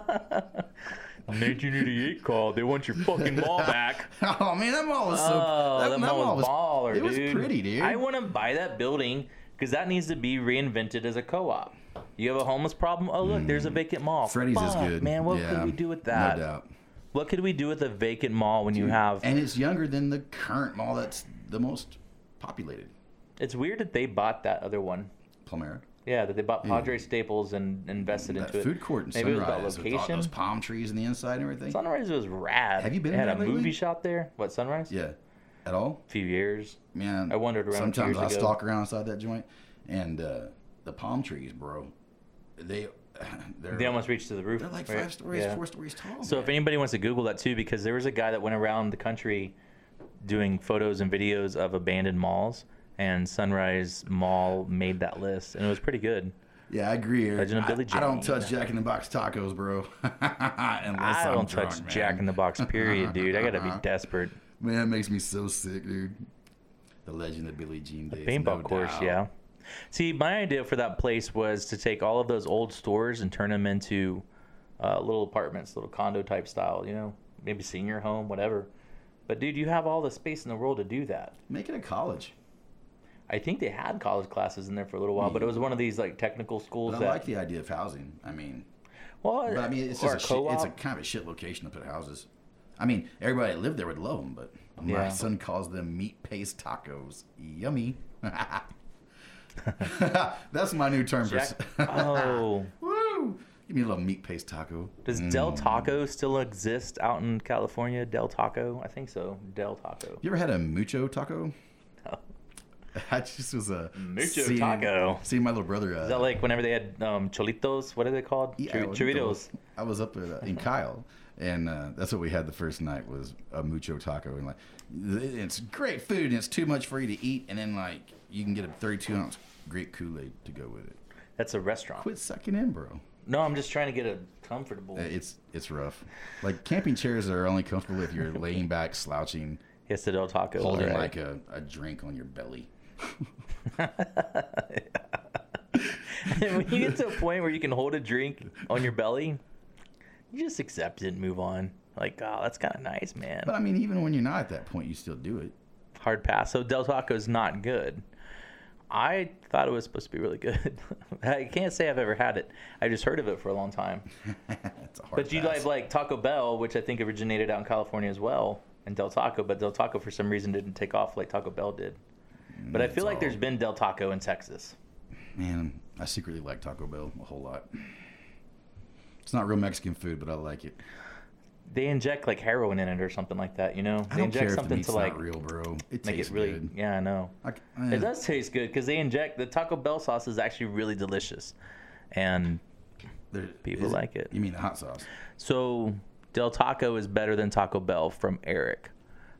B: 1988 call. They want your fucking [LAUGHS] mall back.
A: Oh man, that mall was so.
B: Oh, that, mall was baller,
A: It
B: dude.
A: was pretty, dude.
B: I want to buy that building because that needs to be reinvented as a co-op. You have a homeless problem? Oh, look, there's a vacant mall.
A: Hmm. Freddy's is
B: Fuck,
A: good,
B: Man, what
A: Yeah,
B: could we do with that?
A: No doubt.
B: What could we do with a vacant mall when you have
A: And it's younger than the current mall that's the most populated,
B: It's weird that they bought that other one.
A: Plumera.
B: Yeah, that they bought Padre Staples and invested
A: That
B: into it.
A: food court and
B: Maybe it was about
A: Sunrise with all
B: location.
A: those palm trees in the inside and everything.
B: Sunrise was rad.
A: Have you been
B: They had
A: there
B: a
A: lately?
B: movie shot there. What Sunrise?
A: yeah, at all?
B: A few years.
A: Man,
B: I wandered around a few
A: Sometimes
B: years
A: I
B: ago.
A: stalk around inside that joint, and uh, the palm trees, bro. They [SIGHS] they're
B: They almost reached to the roof.
A: they're like
B: right?
A: five stories,
B: Yeah.
A: four stories tall.
B: So if anybody wants to Google that too, because there was a guy that went around the country doing photos and videos of abandoned malls, and Sunrise Mall made that list, and it was pretty good.
A: Yeah, I agree. Eric.
B: Legend of
A: I-
B: Billie
A: I, don't
B: Jean.
A: touch Jack in the Box tacos, bro. [LAUGHS] Unless
B: I
A: I'm
B: don't
A: drunk, man.
B: touch
A: Uh-huh.
B: Jack in
A: [LAUGHS]
B: the Box, period, dude. I gotta be desperate.
A: Man, that makes me so sick, dude. The Legend of Billie Jean days.
B: Paintball
A: no
B: course,
A: doubt.
B: yeah. See, my idea for that place was to take all of those old stores and turn them into uh, little apartments, little condo type style, you know, maybe senior home, whatever. But dude, you have all the space in the world to do that.
A: Make it a college.
B: I think they had college classes in there for a little while, but it was one of these like technical schools
A: Mm. But I
B: that
A: like the idea of housing. I mean,
B: well,
A: but I mean, it's
B: or
A: just a
B: a
A: shit,
B: co-op.
A: it's a kind of a shit location to put houses. I mean, everybody that lived there would love them, but
B: Yeah.
A: my son calls them meat paste tacos.
B: [LAUGHS]
A: Yummy. [LAUGHS] That's my new term for. [LAUGHS]
B: Jack- oh,
A: Woo! Give me a little meat paste taco. Mm.
B: Does Del Taco still exist out in California? Del Taco? I think so. Del Taco.
A: You ever had a mucho taco? [LAUGHS] I just was a
B: Mucho taco.
A: See my little brother. Uh,
B: Is that like whenever they had um, cholitos? What are they called?
A: yeah, I
B: Chur-
A: was up
B: Churritos.
A: there- I was up at, uh, in Kyle, and uh, that's what we had the first night was a mucho taco, and like th- it's great food, and it's too much for you to eat, and then like you can get a 32 ounce grape Kool Aid to go with it.
B: That's a restaurant.
A: Quit sucking in, bro.
B: No, I'm just trying to get a comfortable.
A: Uh, It's it's rough. Like camping chairs are only comfortable if you're laying back, slouching,
B: Yes, the Del Taco.
A: holding
B: alright.
A: like a, a drink on your belly. [LAUGHS]
B: [LAUGHS] when you get to a point where you can hold a drink on your belly, you just accept it and move on. Like, oh, that's kind of nice, man.
A: But I mean, even when you're not at that point, you still do it. [LAUGHS]
B: Hard pass. So Del Taco's not good. I thought it was supposed to be really good. [LAUGHS] I can't say I've ever had it. I just heard of it for a long time.
A: it's a hard.
B: But you
A: pass.
B: like like Taco Bell, which I think originated out in California as well, and Del Taco. But Del Taco for some reason didn't take off like Taco Bell did. But I
A: It's
B: feel like
A: all-
B: there's been Del Taco in Texas.
A: Oh, Man, I secretly like Taco Bell a whole lot. It's not real Mexican food, but I like it.
B: They inject like heroin in it or something like that. You know, they
A: I don't
B: inject
A: care if the
B: something
A: meat's
B: to like
A: not real, bro. It
B: make
A: tastes
B: it really.
A: good.
B: Yeah, I know.
A: I c- eh,
B: It does taste good because they inject the Taco Bell sauce is actually really delicious, and
A: there-
B: people
A: is
B: like it.
A: You mean the hot sauce?
B: So Del Taco is better than Taco Bell from Eric.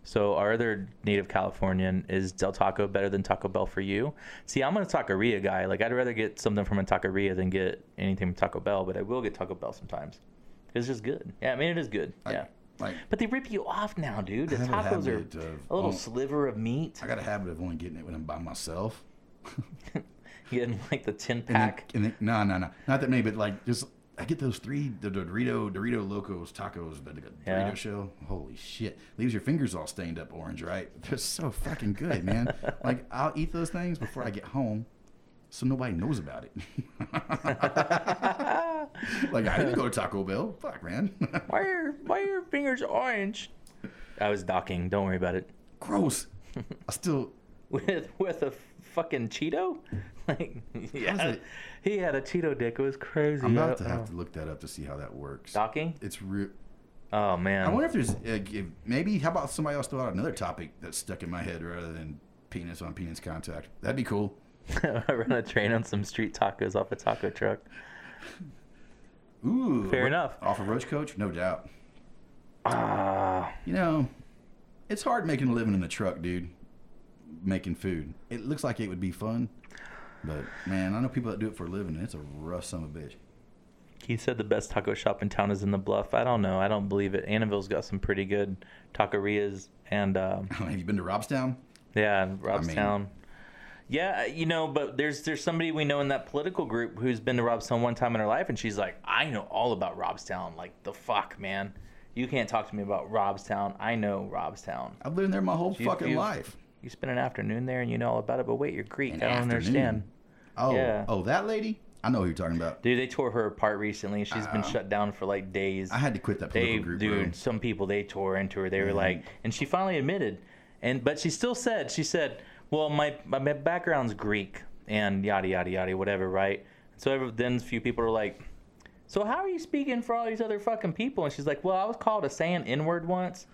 B: So our other native Californian is Del Taco better than Taco Bell for you? See, I'm a taqueria guy. Like I'd rather get something from a taqueria than get anything from Taco Bell, but I will get Taco Bell sometimes. It's just good. Yeah, I mean it is good.
A: Like,
B: yeah.
A: Like
B: But they rip you off now, dude. The
A: I have a
B: tacos are
A: habit of-
B: a little
A: oh.
B: sliver of meat. [LAUGHS]
A: I got a habit of only getting it when I'm by myself.
B: Getting like the tin
A: And then-
B: pack.
A: And then, no, no, no, not that many, but like just I get those three the, the Dorito Dorito Locos tacos, the, the Dorito
B: Yeah.
A: shell. Holy shit, leaves your fingers all stained up orange, right? [LAUGHS] They're so fucking good,
B: [LAUGHS]
A: man. like I'll eat those things before I get home, so nobody knows about it. [LAUGHS] like I didn't go to Taco Bell. Fuck, man.
B: Why are why are your fingers orange? I was docking. Don't worry about it.
A: [LAUGHS]
B: [LAUGHS]
A: Gross. I still
B: with with a fucking Cheeto. [LAUGHS] Like, yeah,
A: it-
B: he had a Cheeto dick. It was crazy.
A: I'm about to
B: I-
A: have to look that up to see how that works.
B: Docking?
A: It's real.
B: Oh
A: I
B: man,
A: wonder if there's uh, if maybe how about somebody else throw out another topic that's stuck in my head rather than penis on penis contact. That'd be cool.
B: [LAUGHS] I run a train on some street tacos off a taco truck.
A: Ooh,
B: Fair
A: ro-
B: enough.
A: Off of Roach Coach, no doubt.
B: Ah,
A: You know, it's hard making a living in the truck, dude. Making food. It looks like it would be fun, but man, I know people that do it for a living, and it's a rough son of a bitch. [LAUGHS]
B: he said the best taco shop in town is in the Bluff. I don't know. I don't believe it. Annabelle's got some pretty good taquerias, and um,
A: Have you been to Robstown?
B: yeah, Robstown.
A: mean-
B: yeah, uh, you know, but there's there's somebody we know in that political group who's been to Robstown one time in her life, and she's like, I know all about Robstown. Like the fuck, man, you can't talk to me about Robstown. I know Robstown.
A: I've lived there my whole
B: She's
A: fucking
B: beautiful.
A: life.
B: You spend an afternoon there and you know all about it, but wait, you're Greek.
A: An
B: I don't
A: afternoon.
B: understand.
A: Oh,
B: Yeah.
A: oh, that lady. I know who you're talking about.
B: Dude, they tore her apart recently. She's been
A: Uh,
B: shut down for like days.
A: I had to quit that political
B: they,
A: group.
B: dude,
A: bro.
B: some people they tore into her. They were
A: Mhm.
B: like, and she finally admitted, and but she still said, she said, well, my my, my background's Greek and yada yada yada whatever, right? So every, then a few people are like, so how are you speaking for all these other fucking people? And she's like, well, I was called a saying n word once.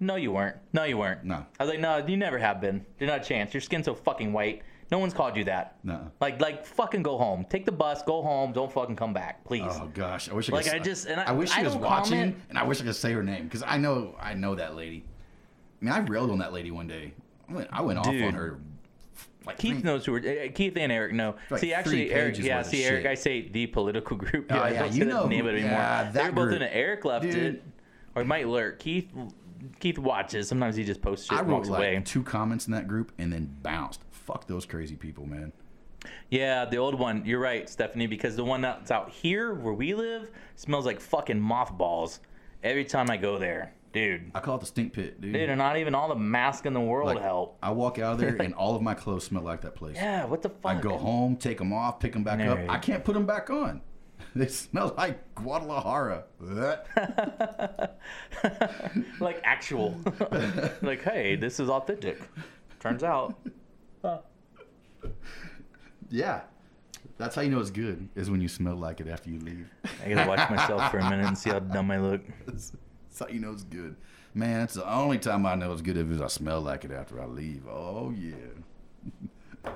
B: No, you weren't. No, you weren't.
A: No.
B: I was like, no, you never have been. You're not a chance. Your skin's so fucking white. No one's called you that.
A: No.
B: Like, like, fucking go home. Take the bus. Go home. Don't fucking come back, please.
A: Oh gosh, I wish I
B: Like,
A: could,
B: I just- and I-
A: wish she
B: I
A: was
B: don't
A: watching,
B: comment.
A: and I wish I could say her name because I know I know that lady. I mean, I railed on that lady one day. I went, I went off
B: Dude.
A: on her. Like
B: Keith
A: three-
B: knows who we're, uh, Keith and Eric know.
A: like
B: see, actually,
A: three
B: Eric,
A: pages
B: yeah,
A: worth of
B: see, Eric,
A: shit.
B: I say the political [LAUGHS] group.
A: Oh,
B: I
A: yeah,
B: don't
A: you
B: say the
A: know who-
B: name of it anymore.
A: yeah, that
B: They're both
A: group.
B: in it. Eric left
A: Dude.
B: it, or he might lurk. Keith, Keith watches. Sometimes he just posts shit
A: I
B: and
A: wrote
B: walks
A: like
B: away.
A: two comments in that group and then bounced. Fuck those crazy people, man.
B: Yeah, the old one. You're right, Stephanie, because the one that's out here where we live smells like fucking mothballs. Every time I go there, dude.
A: I call it the stink pit, dude.
B: Dude, and not even all the masks in the world
A: Like,
B: help.
A: I walk out of
B: [LAUGHS]
A: there and all of my clothes smell like that place.
B: Yeah, what the fuck?
A: I
B: [LAUGHS]
A: go home, take them off, pick them back
B: Nerd.
A: up. I can't put them back on. [LAUGHS] They smell like Guadalajara. [LAUGHS] That
B: like
A: [LAUGHS]
B: actual. like, hey, this is authentic. Turns out.
A: Yeah. That's how you know it's good is when you smell like it after you leave. [LAUGHS]
B: I gotta watch myself for a minute and see how dumb I look.
A: That's, that's how you know it's good. Man, that's the only time I know it's good if I smell like it after I leave. Oh yeah.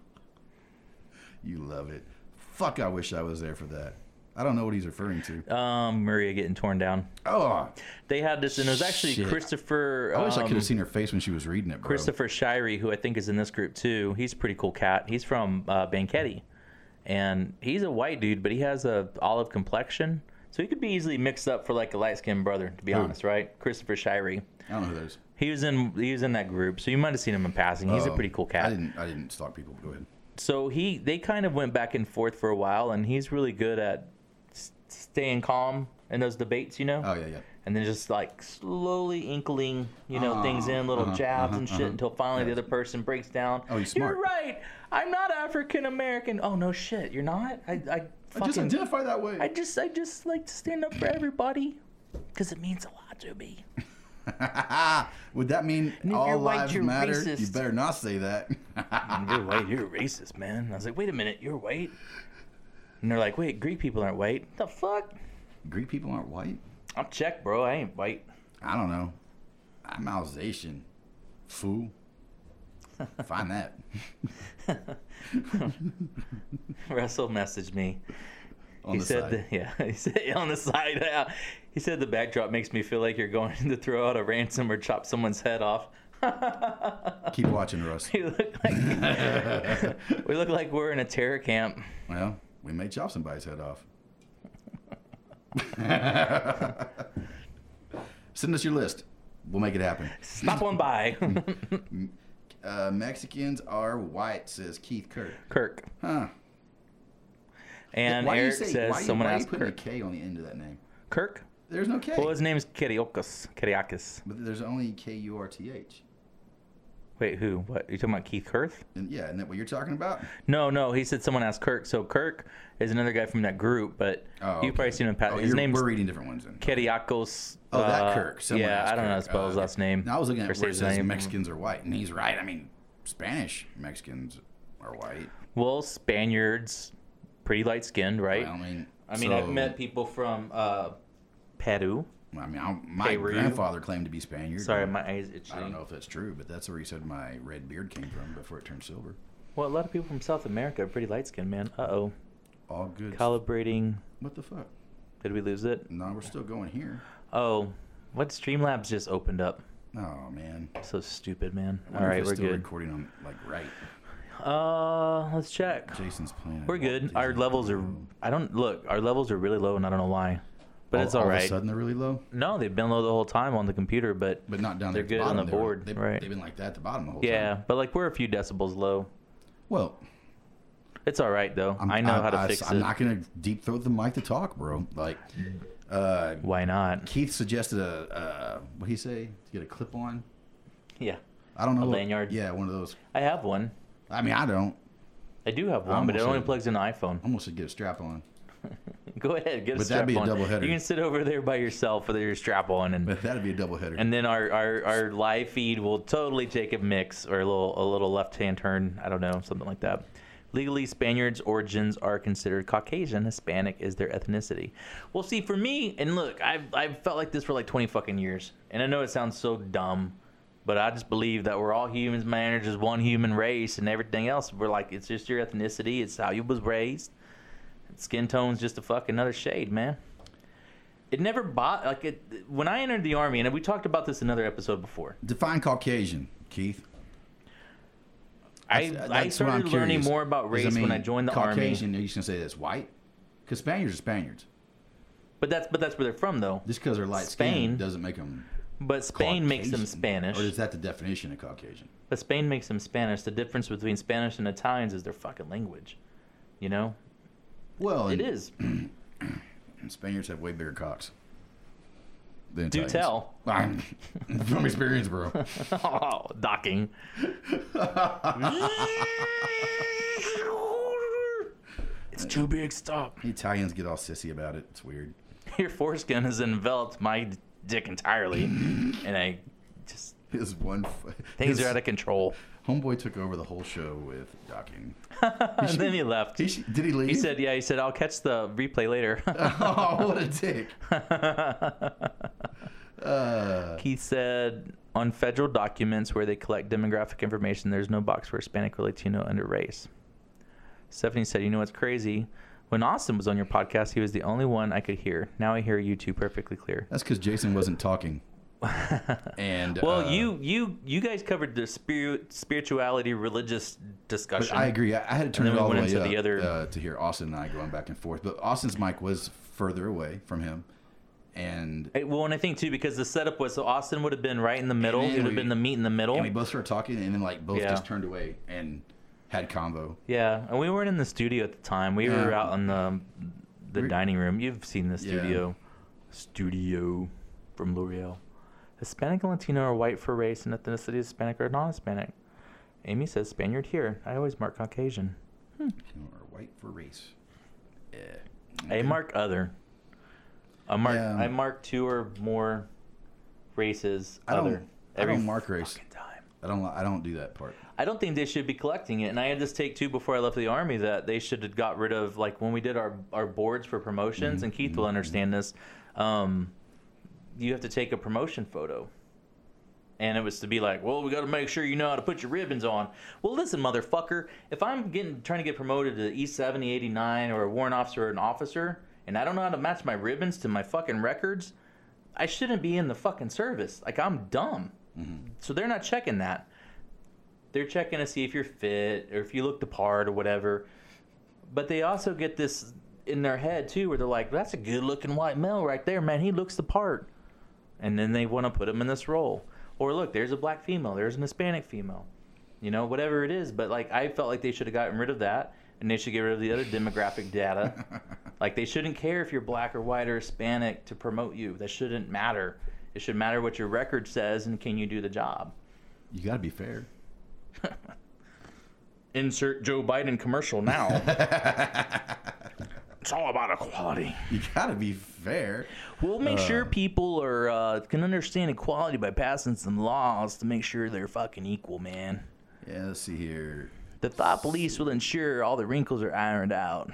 A: [LAUGHS] you love it. Fuck, I wish I was there for that. I don't know what he's referring to.
B: Um, Maria getting torn down.
A: Oh,
B: They had this, and it was actually
A: Shit.
B: Christopher.
A: I wish I
B: um,
A: could have seen her face when she was reading it, bro.
B: Christopher Shirey, who I think is in this group too, he's a pretty cool cat. He's from uh, Banketti, and he's a white dude, but he has a olive complexion, so he could be easily mixed up for like a light skinned brother. To be
A: Who?
B: honest, right? Christopher Shirey.
A: I don't know who that is.
B: He was in he was in that group, so you might have seen him in passing. He's a
A: Oh,
B: pretty cool
A: I
B: cat.
A: didn't. I didn't stalk people. Go ahead.
B: So he they kind of went back and forth for a while, and he's really good at s- staying calm in those debates, you know
A: Oh yeah, yeah.
B: and then just like slowly inkling, you know, things in little
A: Uh-huh,
B: jabs
A: uh-huh,
B: and shit
A: uh-huh.
B: until finally the
A: Yeah.
B: other person breaks down.
A: Oh, he's smart.
B: You're right. I'm not African American. Oh no, shit. You're not. I, I fucking.
A: I just identify that way.
B: I just, I just like to stand up for everybody, because it means a lot
A: [LAUGHS]
B: to me.
A: Would that mean
B: if
A: all
B: you're white,
A: lives
B: you're
A: matter? You
B: racist.
A: better not say that. [LAUGHS]
B: And you're white. You're a racist, man. And I was like, wait a minute. You're white. And they're like, wait, Greek people aren't white. The fuck?
A: Greek people aren't white.
B: I'm Czech, bro. I ain't white.
A: I don't know. I'm Alsatian.
B: [LAUGHS]
A: Fool. Find that.
B: [LAUGHS] Russell messaged me.
A: On
B: he
A: the
B: said,
A: side.
B: the- "Yeah, [LAUGHS] he said on the side." Yeah. He said the backdrop makes me feel like you're going [LAUGHS] to throw out a ransom or chop someone's head off. [LAUGHS]
A: Keep watching Russ.
B: we look like [LAUGHS] we look like we're in a terror camp.
A: well, we may chop somebody's head off.
B: [LAUGHS]
A: Send us your list. We'll make it happen.
B: Stop on by, [LAUGHS]
A: Uh, Mexicans are white, says Keith Kirk.
B: Kirk.
A: Huh.
B: And
A: why do you
B: Eric
A: say-
B: says
A: why, do you-
B: someone
A: why
B: asked
A: are you putting
B: Kirk.
A: a K on the end of that name?
B: Kirk.
A: There's no K.
B: Well, his name's Kiriakos. Kiriakos.
A: but there's only K U R T H.
B: Wait, who? What? You talking about Keith Kirth?
A: And yeah, isn't that what you're talking about?
B: No, no. He said someone asked Kirk. So Kirk is another guy from that group, but
A: Oh,
B: you've probably
A: okay.
B: seen him. Pat-
A: Oh,
B: his
A: you're-
B: name's
A: We're reading different ones. Then.
B: Kiriakos.
A: Oh,
B: uh,
A: that Kirk. Someone
B: yeah,
A: asked
B: I don't know how to
A: Kirk.
B: spell
A: Oh,
B: his
A: okay.
B: last name.
A: Now, I was looking
B: or
A: at where it
B: his
A: says
B: name.
A: Mexicans are white, and he's right. I mean, Spanish Mexicans are white.
B: Well, Spaniards, pretty light skinned, right?
A: I mean,
B: I mean,
A: so-
B: I've met people from uh, Peru.
A: I mean, I, my
B: Peru.
A: grandfather claimed to be Spaniard.
B: Sorry, my eyes itchy.
A: I don't know if that's true, but that's where he said my red beard came from before it turned silver.
B: Well, a lot of people from South America are pretty light skinned, man. Uh oh.
A: All good.
B: Calibrating.
A: What the fuck?
B: Did we lose it?
A: No, we're still going here.
B: Oh, what Streamlabs just opened up.
A: Oh man.
B: So stupid, man.
A: I
B: All
A: wonder if
B: right,
A: it's
B: we're
A: still
B: good.
A: Recording on like right.
B: Uh, let's check.
A: Jason's plan.
B: We're good. Our levels are. I don't look. Our levels are really low, and I don't know why. But it's all
A: All of a
B: right.
A: sudden, they're really low,
B: No, they've been low the whole time on the computer, but
A: but not down there.
B: They're
A: at the
B: good on
A: bottom.
B: the
A: They were-
B: board,
A: They,
B: right.
A: They've been like that at the bottom the whole time.
B: yeah, but like we're a few decibels low.
A: Well,
B: It's all right though. i know how to fix
A: I'm
B: it.
A: not gonna deep throat the mic to talk, bro. Like, uh, [LAUGHS]
B: Why not?
A: Keith suggested a uh, what he say to get a clip on.
B: Yeah,
A: I don't know. what-
B: lanyard?
A: Yeah, one of those.
B: I have one.
A: I mean, I don't.
B: I do have one, but it
A: almost
B: only
A: had-
B: plugs in the iPhone. [LAUGHS]
A: Almost should get a strap on.
B: Go ahead, get a
A: But
B: strap
A: that'd be a
B: on.
A: doubleheader.
B: You can sit over there by yourself with your strap on,
A: [LAUGHS]
B: and
A: But that'd be a double header.
B: and then our, our, our live feed will totally take a mix or a little a little left hand turn. I don't know, something like that. Legally, Spaniards' origins are considered Caucasian. Hispanic is their ethnicity. Well, see, for me, and look, I've, I've felt like this for like 20 fucking years. And I know it sounds so dumb, But I just believe that we're all humans, man. There's just one human race, and everything else, we're like, it's just your ethnicity. It's how you was raised. Skin tone's just a fucking another shade, man. It never bought like it when I entered the army, and we talked about this in another episode before.
A: Define Caucasian, Keith.
B: I,
A: That's- that's
B: I
A: what I'm
B: started learning
A: curious.
B: more about
A: 'Cause,
B: race when I joined the army.
A: Caucasian, Are you just gonna say that's white? Because Spaniards are Spaniards.
B: But that's but that's where they're from though.
A: Just because they're light
B: Spain.
A: skinned doesn't make them.
B: But Spain makes them Spanish.
A: Or is that the definition of Caucasian?
B: But Spain makes them Spanish. The difference between Spanish and Italians is their fucking language. You know,
A: Well,
B: it
A: and-
B: is.
A: And Spaniards have way bigger cocks. Than
B: Do
A: Italians.
B: tell. [LAUGHS]
A: I'm- [LAUGHS] From experience, bro. [LAUGHS]
B: oh, docking. it's too big. Stop.
A: The Italians get all sissy about it. It's weird.
B: Your foreskin has enveloped my dick entirely, and I just
A: His one. f-
B: things
A: his
B: are out of control.
A: Homeboy took over the whole show with
B: [LAUGHS]
A: docking.
B: and then he
A: [LAUGHS]
B: left.
A: He sh- did he leave?
B: He said, "Yeah." He said, "I'll catch the replay later."
A: [LAUGHS]
B: [LAUGHS]
A: "Oh, what a dick." Uh,
B: Keith said, "On federal documents where they collect demographic information, there's no box for Hispanic or Latino under race." Stephanie said, "You know what's crazy? When Austin was on your podcast, he was the only one I could hear. Now I hear you two perfectly clear."
A: that's because Jason wasn't talking.
B: [LAUGHS]
A: And
B: Well,
A: uh,
B: you you you guys covered the spirit, spirituality, religious
A: But
B: discussion.
A: I agree. I, I had to turn
B: then
A: it
B: we
A: all the
B: went
A: way
B: into
A: up
B: the other-
A: uh, to hear Austin and I going back and forth. But Austin's mic was further away from him, and,
B: Hey, well, and I think too because the setup was so Austin would have been right in the middle.
A: then
B: It would
A: we-
B: have been the meat in the middle.
A: and we both started talking, and then like both
B: Yeah.
A: just turned away and had combo.
B: yeah, and we weren't in the studio at the time. We were
A: Yeah.
B: out in the the
A: We-
B: dining room. You've seen the
A: Yeah.
B: studio, studio from L'Oreal. Hispanic and Latino are white for race and ethnicity. Hispanic or non-Hispanic. Amy says Spaniard here. I always mark Caucasian. Hmm.
A: Or white for race. Eh, Yeah.
B: I mark other. I mark
A: Yeah.
B: I mark two or more races
A: I don't-
B: other
A: I don't mark race.
B: fucking time.
A: I don't. li- I don't do that part.
B: I don't think they should be collecting it. And I had this take too before I left the army that they should have got rid of like when we did our our boards for promotions. And Keith will understand this. Um, you have to take a promotion photo. And it was to be like, well, we got to make sure you know how to put your ribbons on. Well, listen, motherfucker, if I'm getting trying to get promoted to E70, 89, or a warrant officer or an officer, and I don't know how to match my ribbons to my fucking records, I shouldn't be in the fucking service. Like I'm dumb. So they're not checking that. They're checking to see if you're fit or if you look the part or whatever. But they also get this in their head too, where they're like, "That's a good-looking white male right there, man. He looks the part." And then they want to put him in this role. Or look, there's a black female. There's an Hispanic female. You know, whatever it is. But like, I felt like they should have gotten rid of that, and they should get rid of the other demographic data. Like they shouldn't care if you're black or white or Hispanic to promote you. That shouldn't matter. It should matter what your record says and can you do the job.
A: You got to be fair.
B: Insert Joe Biden commercial
A: [LAUGHS]
B: now. it's all about equality.
A: You got to be fair.
B: We'll make
A: Uh.
B: sure people are uh, can understand equality by passing some laws to make sure they're fucking equal, man.
A: Yeah. Let's see here.
B: The thought police will ensure all the wrinkles are ironed out.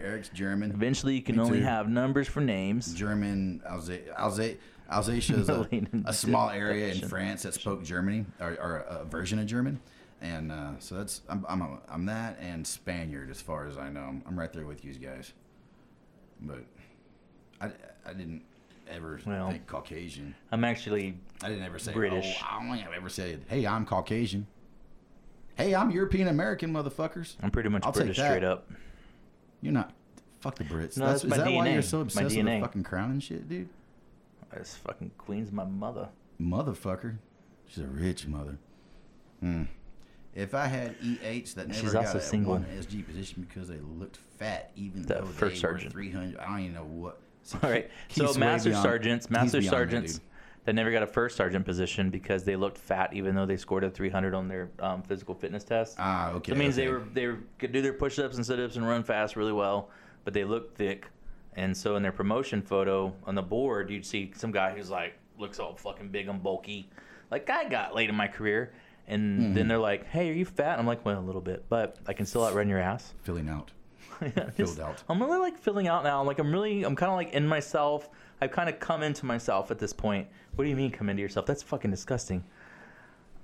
A: Eric's German.
B: Eventually, you can
A: Me
B: only
A: too.
B: have numbers for names.
A: German. Alsa- Alsa- Alsatia is
B: [LAUGHS]
A: a,
B: Malignant
A: a small area in
B: depression.
A: France that spoke Germany or, or a version of German, and uh, so that's I'm I'm, a, I'm that and Spaniard as far as I know. I'm, I'm right there with you guys, but I, I didn't ever
B: Well.
A: think Caucasian.
B: I'm actually
A: I didn't ever say
B: British.
A: Oh, I don't think I've ever said, "Hey, I'm Caucasian." Hey, I'm European American, motherfuckers.
B: I'm pretty much
A: I'll take
B: British
A: that.
B: straight up.
A: You're not. Fuck the Brits.
B: No,
A: that's,
B: that's my
A: is that why
B: DNA.
A: you're so
B: My
A: obsessed with the
B: DNA.
A: fucking crown and shit, dude?
B: This fucking queen's my mother.
A: Motherfucker. She's a rich mother. Hmm. If I had EH that never
B: She's
A: got
B: also
A: a
B: single.
A: one SG position because they looked fat, even
B: The
A: though
B: first
A: they
B: sergeant.
A: were 300, I don't even know what. See, [LAUGHS]
B: All right.
A: he's
B: So
A: way
B: master
A: beyond-
B: sergeants,
A: he's
B: master
A: beyond that,
B: sergeants
A: dude.
B: that never got a first sergeant position because they looked fat, even though they scored a 300 on their um, physical fitness test.
A: Ah, okay.
B: so it means
A: okay.
B: they were they were, could do their push-ups and sit-ups and run fast really well, but they looked thick. And so in their promotion photo on the board, you'd see some guy who's like looks all fucking big and bulky, like I got late in my career. And
A: Mm-hmm.
B: then they're like, "Hey, are you fat?" And I'm like, "Well, a little bit, but I can still outrun your ass."
A: filling out.
B: Yeah, just-
A: out.
B: I'm really like filling out now. Like I'm really, I'm kind of like in myself. I've kind of come into myself at this point. What do you mean come into yourself? That's fucking disgusting.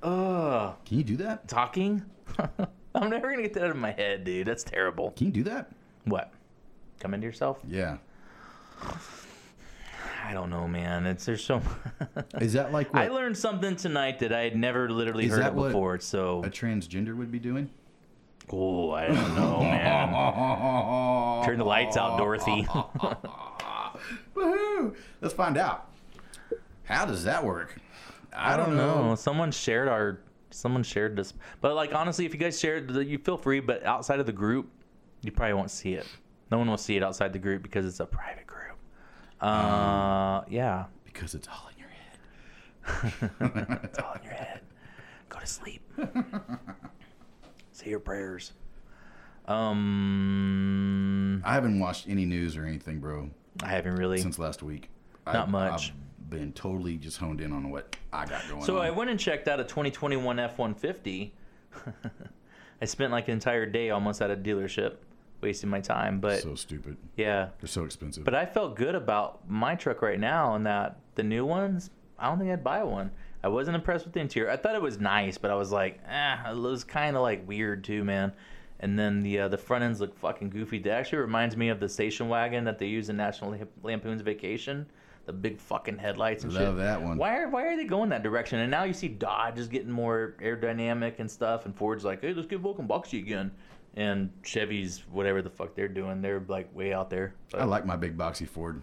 B: Ugh,
A: Can you do that?
B: talking. [LAUGHS] I'm never gonna get that out of my head, dude. That's terrible.
A: Can you do that?
B: What? Come into yourself? [LAUGHS]
A: Yeah.
B: I don't know, man. It's there's so.
A: Is that like
B: [LAUGHS] I
A: what
B: learned something tonight that I had never literally
A: Is
B: heard
A: that
B: of
A: what-
B: before. So,
A: a transgender would be doing?
B: oh, I don't know,
A: [LAUGHS]
B: man. [LAUGHS] Turn the lights out, [LAUGHS] Dorothy.
A: [LAUGHS] Woohoo! Let's find out. How does that work? I,
B: I don't know. Someone shared our. Someone shared this, but like honestly, if you guys shared, the- you feel free. But outside of the group, you probably won't see it. No one will see it outside the group because it's a private group.
A: Mm.
B: Uh, yeah,
A: Because it's all in your head. [LAUGHS]
B: it's all in your head. Go to sleep. Say your prayers. Um,
A: I haven't watched any news or anything, bro,
B: I haven't really.
A: since last week.
B: Not much.
A: I've been totally just honed in on what I got going
B: So
A: on.
B: I went and checked out a 2021 F 150 [LAUGHS] I spent like an entire day almost at a dealership, wasting my time. But
A: so stupid.
B: yeah,
A: They're so expensive.
B: but I felt good about my truck right now, and that the new ones, I don't think I'd buy one. I wasn't impressed with the interior. I thought it was nice, but I was like, ah, it was kind of like weird too, man. And then the uh, the front ends look fucking goofy. That actually reminds me of the station wagon that they use in National Lamp- Lampoon's Vacation. The big fucking headlights and
A: Love
B: shit.
A: that one.
B: Why are why are they going that direction? And now you see Dodge is getting more aerodynamic and stuff, and Ford's like, hey, let's get Vulcan boxy again. And Chevy's whatever the fuck they're doing, they're like way out there. But-
A: I like my big boxy Ford.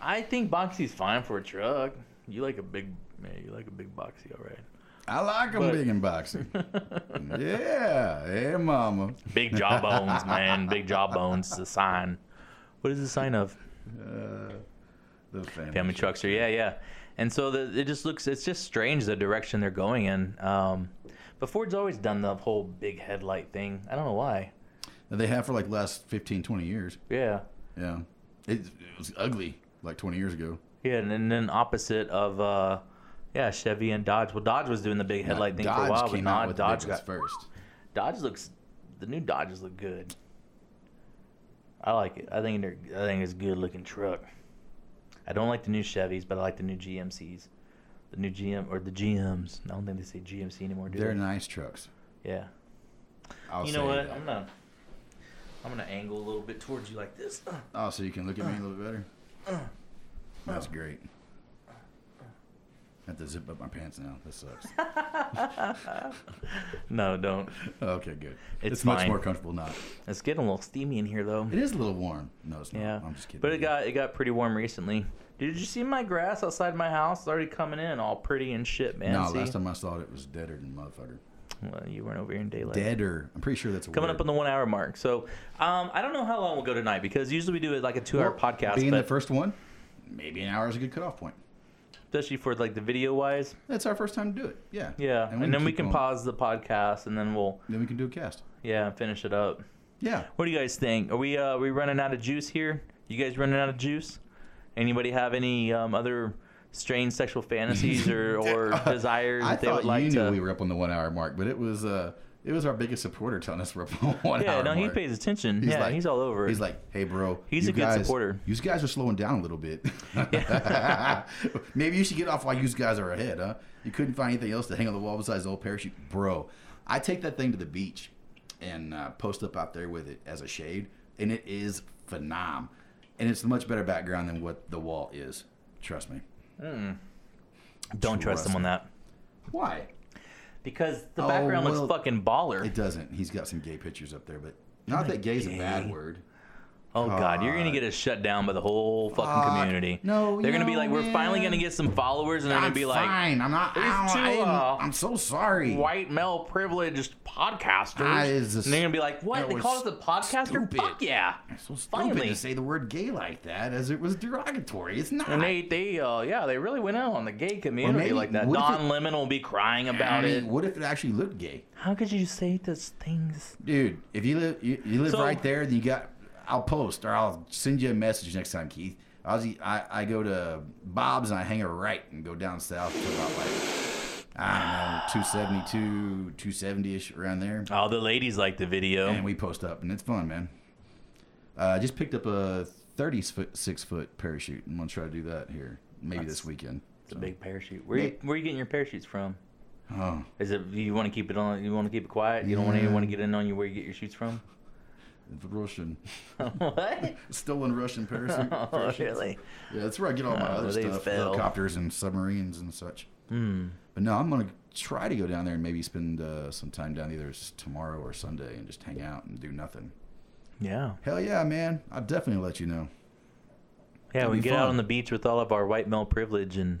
B: I think boxy's fine for a truck. You like a big, man, you like a big boxy, all right.
A: I like them
B: But-
A: big and boxy.
B: [LAUGHS]
A: yeah, hey mama. [LAUGHS]
B: Big jawbones, man. Big jawbones is a sign. What is the sign of?
A: Uh, the family.
B: Family truckster, yeah, yeah. And so the, it just looks, it's just strange the direction they're going in. Um, but Ford's always done the whole big headlight thing. I don't know why.
A: That they have for like the last 15, 20 years.
B: Yeah.
A: Yeah, it, it was ugly like twenty years ago.
B: Yeah, and, and then opposite of, uh, yeah, Chevy and Dodge. Well, Dodge was doing the big headlight thing for a while, but
A: came out
B: not
A: with
B: Dodge
A: Dodge
B: got
A: first.
B: Dodge looks. The new Dodges look good. I like it. I think they're. I think it's a good looking truck. I don't like the new Chevys, but I like the new GMCs. The new GM or the GMs. I don't think they say GMC anymore. Do
A: They're
B: they?
A: nice trucks.
B: Yeah.
A: I'll
B: you know
A: say
B: what?
A: that.
B: I'm gonna. I'm gonna angle a little bit towards you like
A: [LAUGHS]
B: this. [LAUGHS]
A: Oh, so you can look at me a little bit better. That's great. I have to zip up my pants now. That
B: [LAUGHS]
A: sucks.
B: No, don't.
A: okay, good.
B: It's
A: much
B: fine.
A: more comfortable now.
B: It's getting a little steamy in
A: [LAUGHS]
B: here though.
A: It is a little warm. No, it's not.
B: Yeah.
A: I'm just kidding.
B: But it got it got pretty warm recently. Did you see my grass outside my house? It's already coming in all pretty and shit, man.
A: No,
B: See?
A: last time I saw it, it was deader than motherfucker.
B: Well, you weren't over here in daylight.
A: Deader. I'm pretty sure that's a
B: Coming
A: word.
B: up on the one hour mark. So um, I don't know how long we'll go tonight because usually we do it like a two hour
A: Well,
B: podcast,
A: Being
B: but
A: the first one, maybe an hour is a good cutoff point.
B: especially for like the video wise.
A: That's our first time to do it. Yeah.
B: Yeah. And, then we
A: keep
B: can
A: going.
B: pause the podcast and then we'll,
A: Then we can do a cast.
B: yeah, finish it up.
A: Yeah.
B: What do you guys think? Are we, uh, we running out of juice here? You guys running out of juice? Anybody have any um, other strange sexual
A: [LAUGHS]
B: fantasies or, or desires
A: I
B: that they
A: thought
B: would like
A: you knew
B: to?
A: we were up on the one hour mark, but it was uh, it was our biggest supporter telling us we're up on the one
B: yeah,
A: hour
B: no,
A: mark.
B: he pays attention. yeah, he's all over it.
A: He's like, hey, bro.
B: He's
A: you
B: a good
A: guys,
B: supporter.
A: You guys are slowing down a little bit. [LAUGHS] Maybe you should get off while you guys are ahead, huh? You couldn't find anything else to hang on the wall besides the old parachute, bro. I take that thing to the beach and uh, post up out there with it as a shade, and it is phenom. And it's a much better background than what the wall is. Trust me.
B: don't trust him on that.
A: Why?
B: Because the
A: Oh,
B: background
A: well,
B: looks fucking baller.
A: It doesn't. He's got some gay pictures up there, but not that gay's a bad word.
B: Oh God, you're gonna get us shut down by the whole fucking
A: Fuck.
B: community.
A: No,
B: they're gonna be
A: no,
B: like, we're finally
A: man.
B: gonna get some followers, and they're
A: I'm
B: gonna be
A: fine. I'm not.
B: "These
A: I don't- I
B: two,
A: didn't-
B: uh,
A: I'm so sorry.
B: like white male privileged podcasters,
A: That is just-
B: and they're gonna be like,
A: that
B: what? They
A: was
B: call us a podcaster?
A: stupid.
B: Fuck yeah!
A: so stupid
B: finally.
A: to say the word gay like that, as it was derogatory. It's not.
B: And they, they, uh, yeah, they really went out on the gay community
A: maybe-
B: like that.
A: what if
B: Don
A: it-
B: Lemon will be crying
A: I
B: about
A: mean,
B: it.
A: what if it actually looked gay,
B: How could you say those things?
A: dude? If you live, you, you live
B: So-
A: right there, then you got. I'll post or I'll send you a message next time, Keith. I was, I, I go to Bob's and I hang a right and go down south to about like I don't know, two seventy two, two seventy ish around there.
B: Oh, the ladies like the video.
A: and we post up, and it's fun, man. Uh, I just picked up a 36 foot parachute, and I'm gonna try to do that here maybe this weekend.
B: it's a big parachute. Where you,
A: Yeah.
B: where you getting your parachutes from?
A: Oh,
B: Is it you want to keep it on? You want to keep it quiet? You don't want
A: Yeah.
B: anyone to get in on you where you get your shoots from? [LAUGHS]
A: it's Russian, [LAUGHS]
B: what?
A: stolen Russian parachute.
B: [LAUGHS] Oh,
A: parachutes.
B: really?
A: Yeah, that's where I get all my
B: Oh,
A: other
B: they
A: stuff,
B: fell.
A: helicopters and submarines and such.
B: Hmm.
A: But no, I'm gonna try to go down there and maybe spend uh, some time down either s- tomorrow or Sunday and just hang out and do nothing.
B: Yeah.
A: Hell yeah, man! I'll definitely let you know.
B: Yeah,
A: That'd
B: we
A: be
B: get out
A: fun.
B: on the beach with all of our white male privilege and,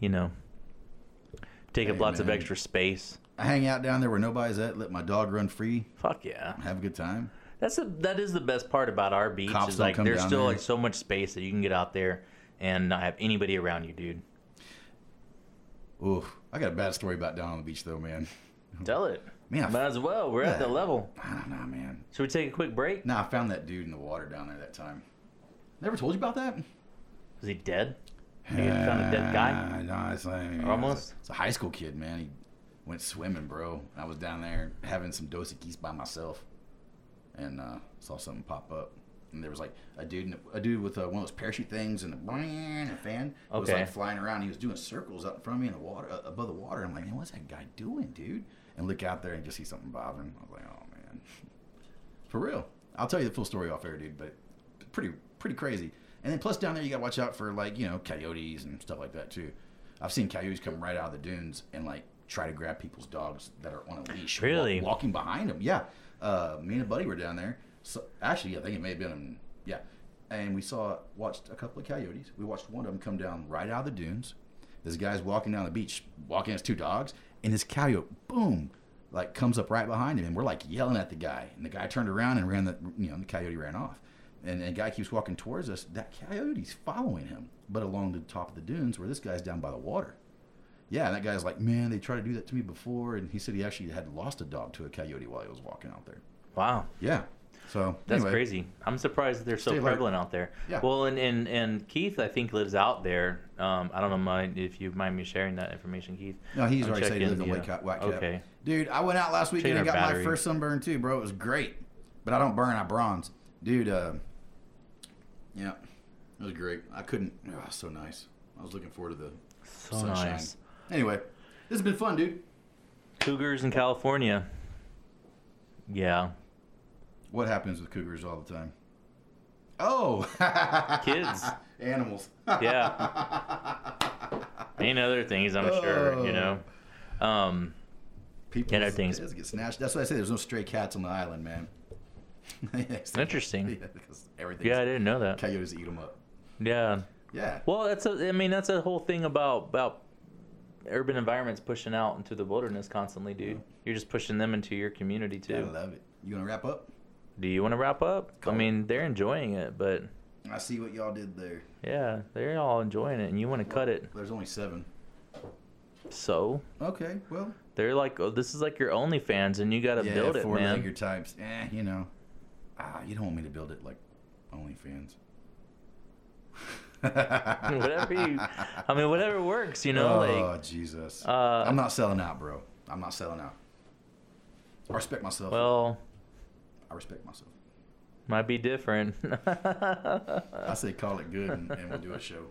B: you know, take up
A: Hey,
B: lots of
A: man.
B: extra space.
A: I hang out down there where nobody's at, let my dog run free,
B: Fuck yeah.
A: have a good time.
B: That's a, that is the best part about our beach
A: Cops
B: is
A: don't
B: like
A: come
B: there's
A: down
B: still
A: there.
B: like so much space that you can get out there and not have anybody around you, dude.
A: Oof, I got a bad story about down on the beach though, man.
B: Tell it.
A: Man, I
B: Might as well. We're at
A: Yeah.
B: the level.
A: I don't know, man.
B: Should we take a quick break?
A: Nah, I found that dude in the water down there that time. Never told you about that?
B: Is he dead? You found a dead guy?
A: Uh, no, it's like,
B: Almost?
A: It's a, high school kid, man. He went swimming, bro. And I was down there having some Dos Equis by myself, and uh, saw something pop up. And there was like a dude, in a, a dude with uh, one of those parachute things and a, brand, a fan It was
B: Okay.
A: like flying around. He was doing circles out in front of me in the water, uh, above the water. I'm like, man, what's that guy doing, dude? And look out there and just see something bobbing. I was like, oh man, for real. I'll tell you the full story off air, dude. But pretty pretty crazy. And then plus down there, you gotta watch out for like you know coyotes and stuff like that too. I've seen coyotes come right out of the dunes and like try to grab people's dogs that are on a leash. wa-
B: Really?
A: walking behind them. Yeah. Uh, me and a buddy were down there. So actually, I think it may have been um, yeah. And we saw watched a couple of coyotes. We watched one of them come down right out of the dunes. This guy's walking down the beach, walking his two dogs, and this coyote, boom, like comes up right behind him, and we're like yelling at the guy. And the guy turned around and ran the, you know, the coyote ran off. And, and the guy keeps walking towards us. That coyote's following him, but along the top of the dunes where this guy's down by the water. Yeah, and that guy's like, man, they tried to do that to me before, and he said he actually had lost a dog to a coyote while he was walking out there.
B: Wow.
A: Yeah, so
B: That's
A: anyway,
B: crazy. I'm surprised that they're so
A: Stay alert.
B: prevalent out there.
A: Yeah.
B: Well, and, and, and Keith, I think, lives out there. Um, I don't know mind if you mind me sharing that information, Keith.
A: No, he's
B: I'm
A: already said he
B: checking
A: lived in White
B: the, uh,
A: Cat. White Cat.
B: Okay.
A: Dude, I went out last weekend
B: Checking
A: and
B: our
A: got
B: battery.
A: my first sunburn too, bro. It was great. But I don't burn, I bronze. Dude, uh, yeah, it was great. I couldn't, oh, it's so nice. I was looking forward to the
B: So
A: sunshine.
B: nice.
A: Anyway, this has been fun, dude.
B: Cougars in California. Yeah.
A: What happens with cougars all the time? Oh, [LAUGHS]
B: Kids.
A: animals. [LAUGHS]
B: Yeah. and other things, I'm sure, you
A: Oh.
B: know. Um,
A: People,
B: Yeah, no things.
A: kids get snatched. That's why I say there's no stray cats on the island, man. [LAUGHS]
B: Interesting.
A: Yeah, because everything.
B: yeah, I didn't know that.
A: Coyotes eat them up.
B: Yeah.
A: Yeah.
B: Well, that's a, I mean, that's a whole thing about about urban environments pushing out into the wilderness constantly, dude. You're just pushing them into your community
A: I
B: too.
A: love it. You gonna wrap up?
B: Do you want to wrap up?
A: Cool.
B: I mean, they're enjoying it, but
A: I see what y'all did there.
B: yeah, they're all enjoying it, and you want to cut it.
A: There's only seven.
B: So
A: Okay, well,
B: they're like, oh, this is like your OnlyFans, and you got to build it, man.
A: four-legged types. Eh, you know, ah, you don't want me to build it like
B: [LAUGHS]
A: OnlyFans.
B: [LAUGHS] whatever you, I mean, whatever works, you know.
A: oh
B: like,
A: Jesus!
B: uh,
A: I'm not selling out, bro. I'm not selling out. I respect myself.
B: well,
A: I respect myself.
B: might be different. [LAUGHS]
A: I say call it good, and, and we'll
B: [LAUGHS]
A: do a show.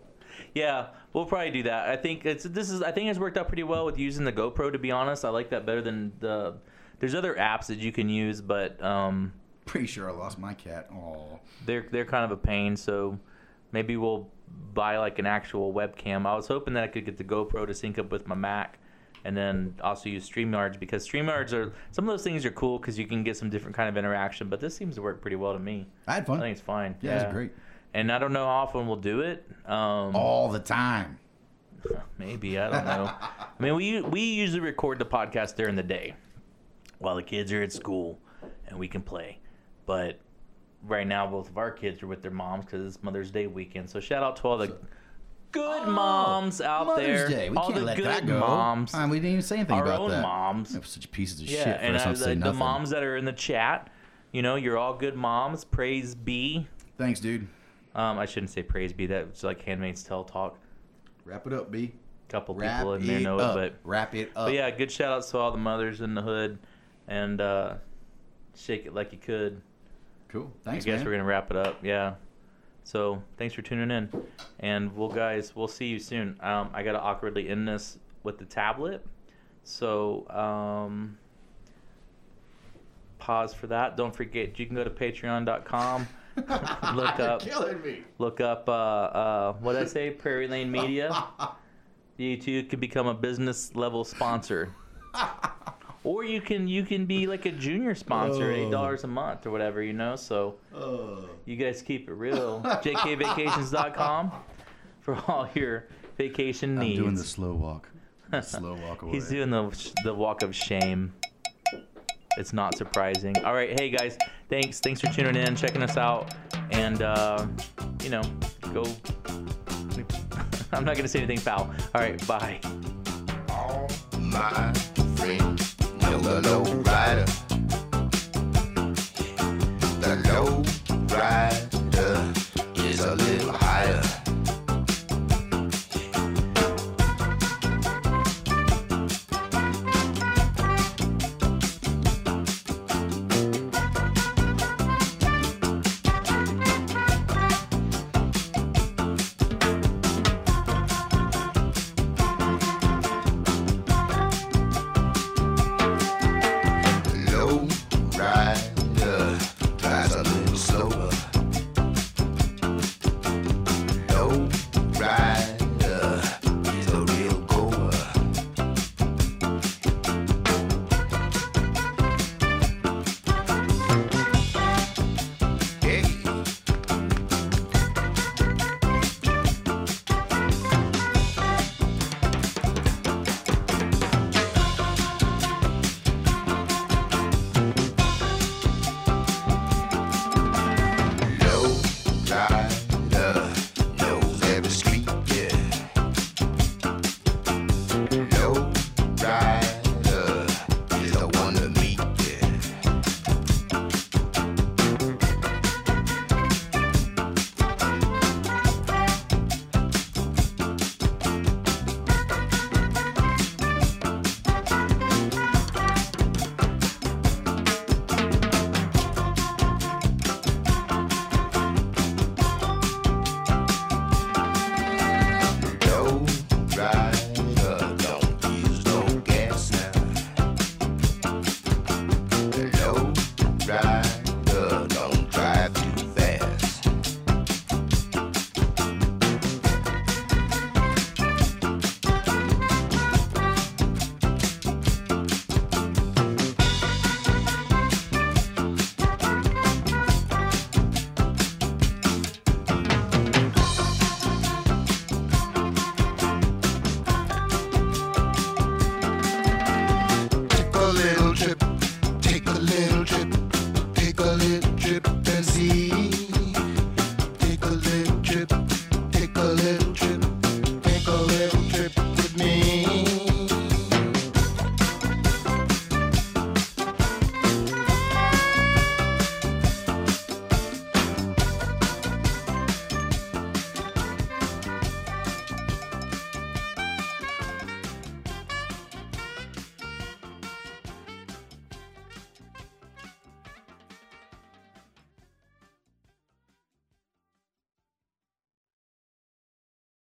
B: Yeah, we'll probably do that. I think it's this is I think it's worked out pretty well with using the GoPro. To be honest, I like that better than the. There's other apps that you can use, but um,
A: Pretty sure I lost my cat. Oh,
B: they're they're kind of a pain. So maybe we'll buy like an actual webcam. I was hoping that I could get the GoPro to sync up with my Mac, and then also use Streamyards because Streamyards are some of those things are cool because you can get some different kind of interaction. But this seems to work pretty well to me.
A: I had
B: I
A: fun.
B: think it's fine.
A: Yeah, it's great
B: And I don't know how often we'll do it. Um,
A: all the time.
B: Maybe I don't know. I mean, we we usually record the podcast during the day, while the kids are at school, and we can play. But right now, both of our kids are with their moms because it's Mother's Day weekend. So shout out to all the good
A: Oh,
B: moms out
A: Mother's
B: there,
A: Day. We
B: all
A: can't
B: the
A: let
B: good
A: that go.
B: moms,
A: Ah, we didn't even say anything
B: our
A: about
B: own
A: that.
B: moms.
A: They're such pieces of
B: Yeah,
A: shit. For
B: and
A: us
B: I,
A: not to say
B: the, the
A: nothing.
B: moms that are in the chat, you know, you're all good moms. Praise be.
A: Thanks, dude.
B: Um, I shouldn't say praise be. That's like Handmaid's Tale talk.
A: Wrap it up, B.
B: Couple
A: Wrap
B: people
A: it
B: in there know
A: up.
B: it, but
A: wrap it up.
B: But yeah, good shout outs to all the mothers in the hood and uh, shake it like you could.
A: Cool. Thanks,
B: I guess
A: man.
B: we're gonna wrap it up. Yeah. So thanks for tuning in, and we'll guys we'll see you soon. Um, I gotta awkwardly end this with the tablet, so um, pause for that. Don't forget you can go to Patreon.com,
A: [LAUGHS]
B: look
A: You're
B: up
A: killing me.
B: look up uh, uh, what did I say Prairie
A: [LAUGHS]
B: Lane Media.
A: Oh.
B: You too could become a business level sponsor. or you can you can be like a junior sponsor, eight dollars a month or whatever, you know. So
A: Oh.
B: you guys keep
A: [LAUGHS]
B: it real. JKVacations.com for all your vacation
A: I'm
B: needs.
A: doing the slow
B: [LAUGHS]
A: walk. Slow walk away.
B: He's doing the the walk of shame. It's not surprising. All right, hey guys, thanks thanks for tuning in, checking us out, and uh, you know, go. [LAUGHS] I'm not gonna say anything foul. All right, bye.
C: my friend, you're a low rider.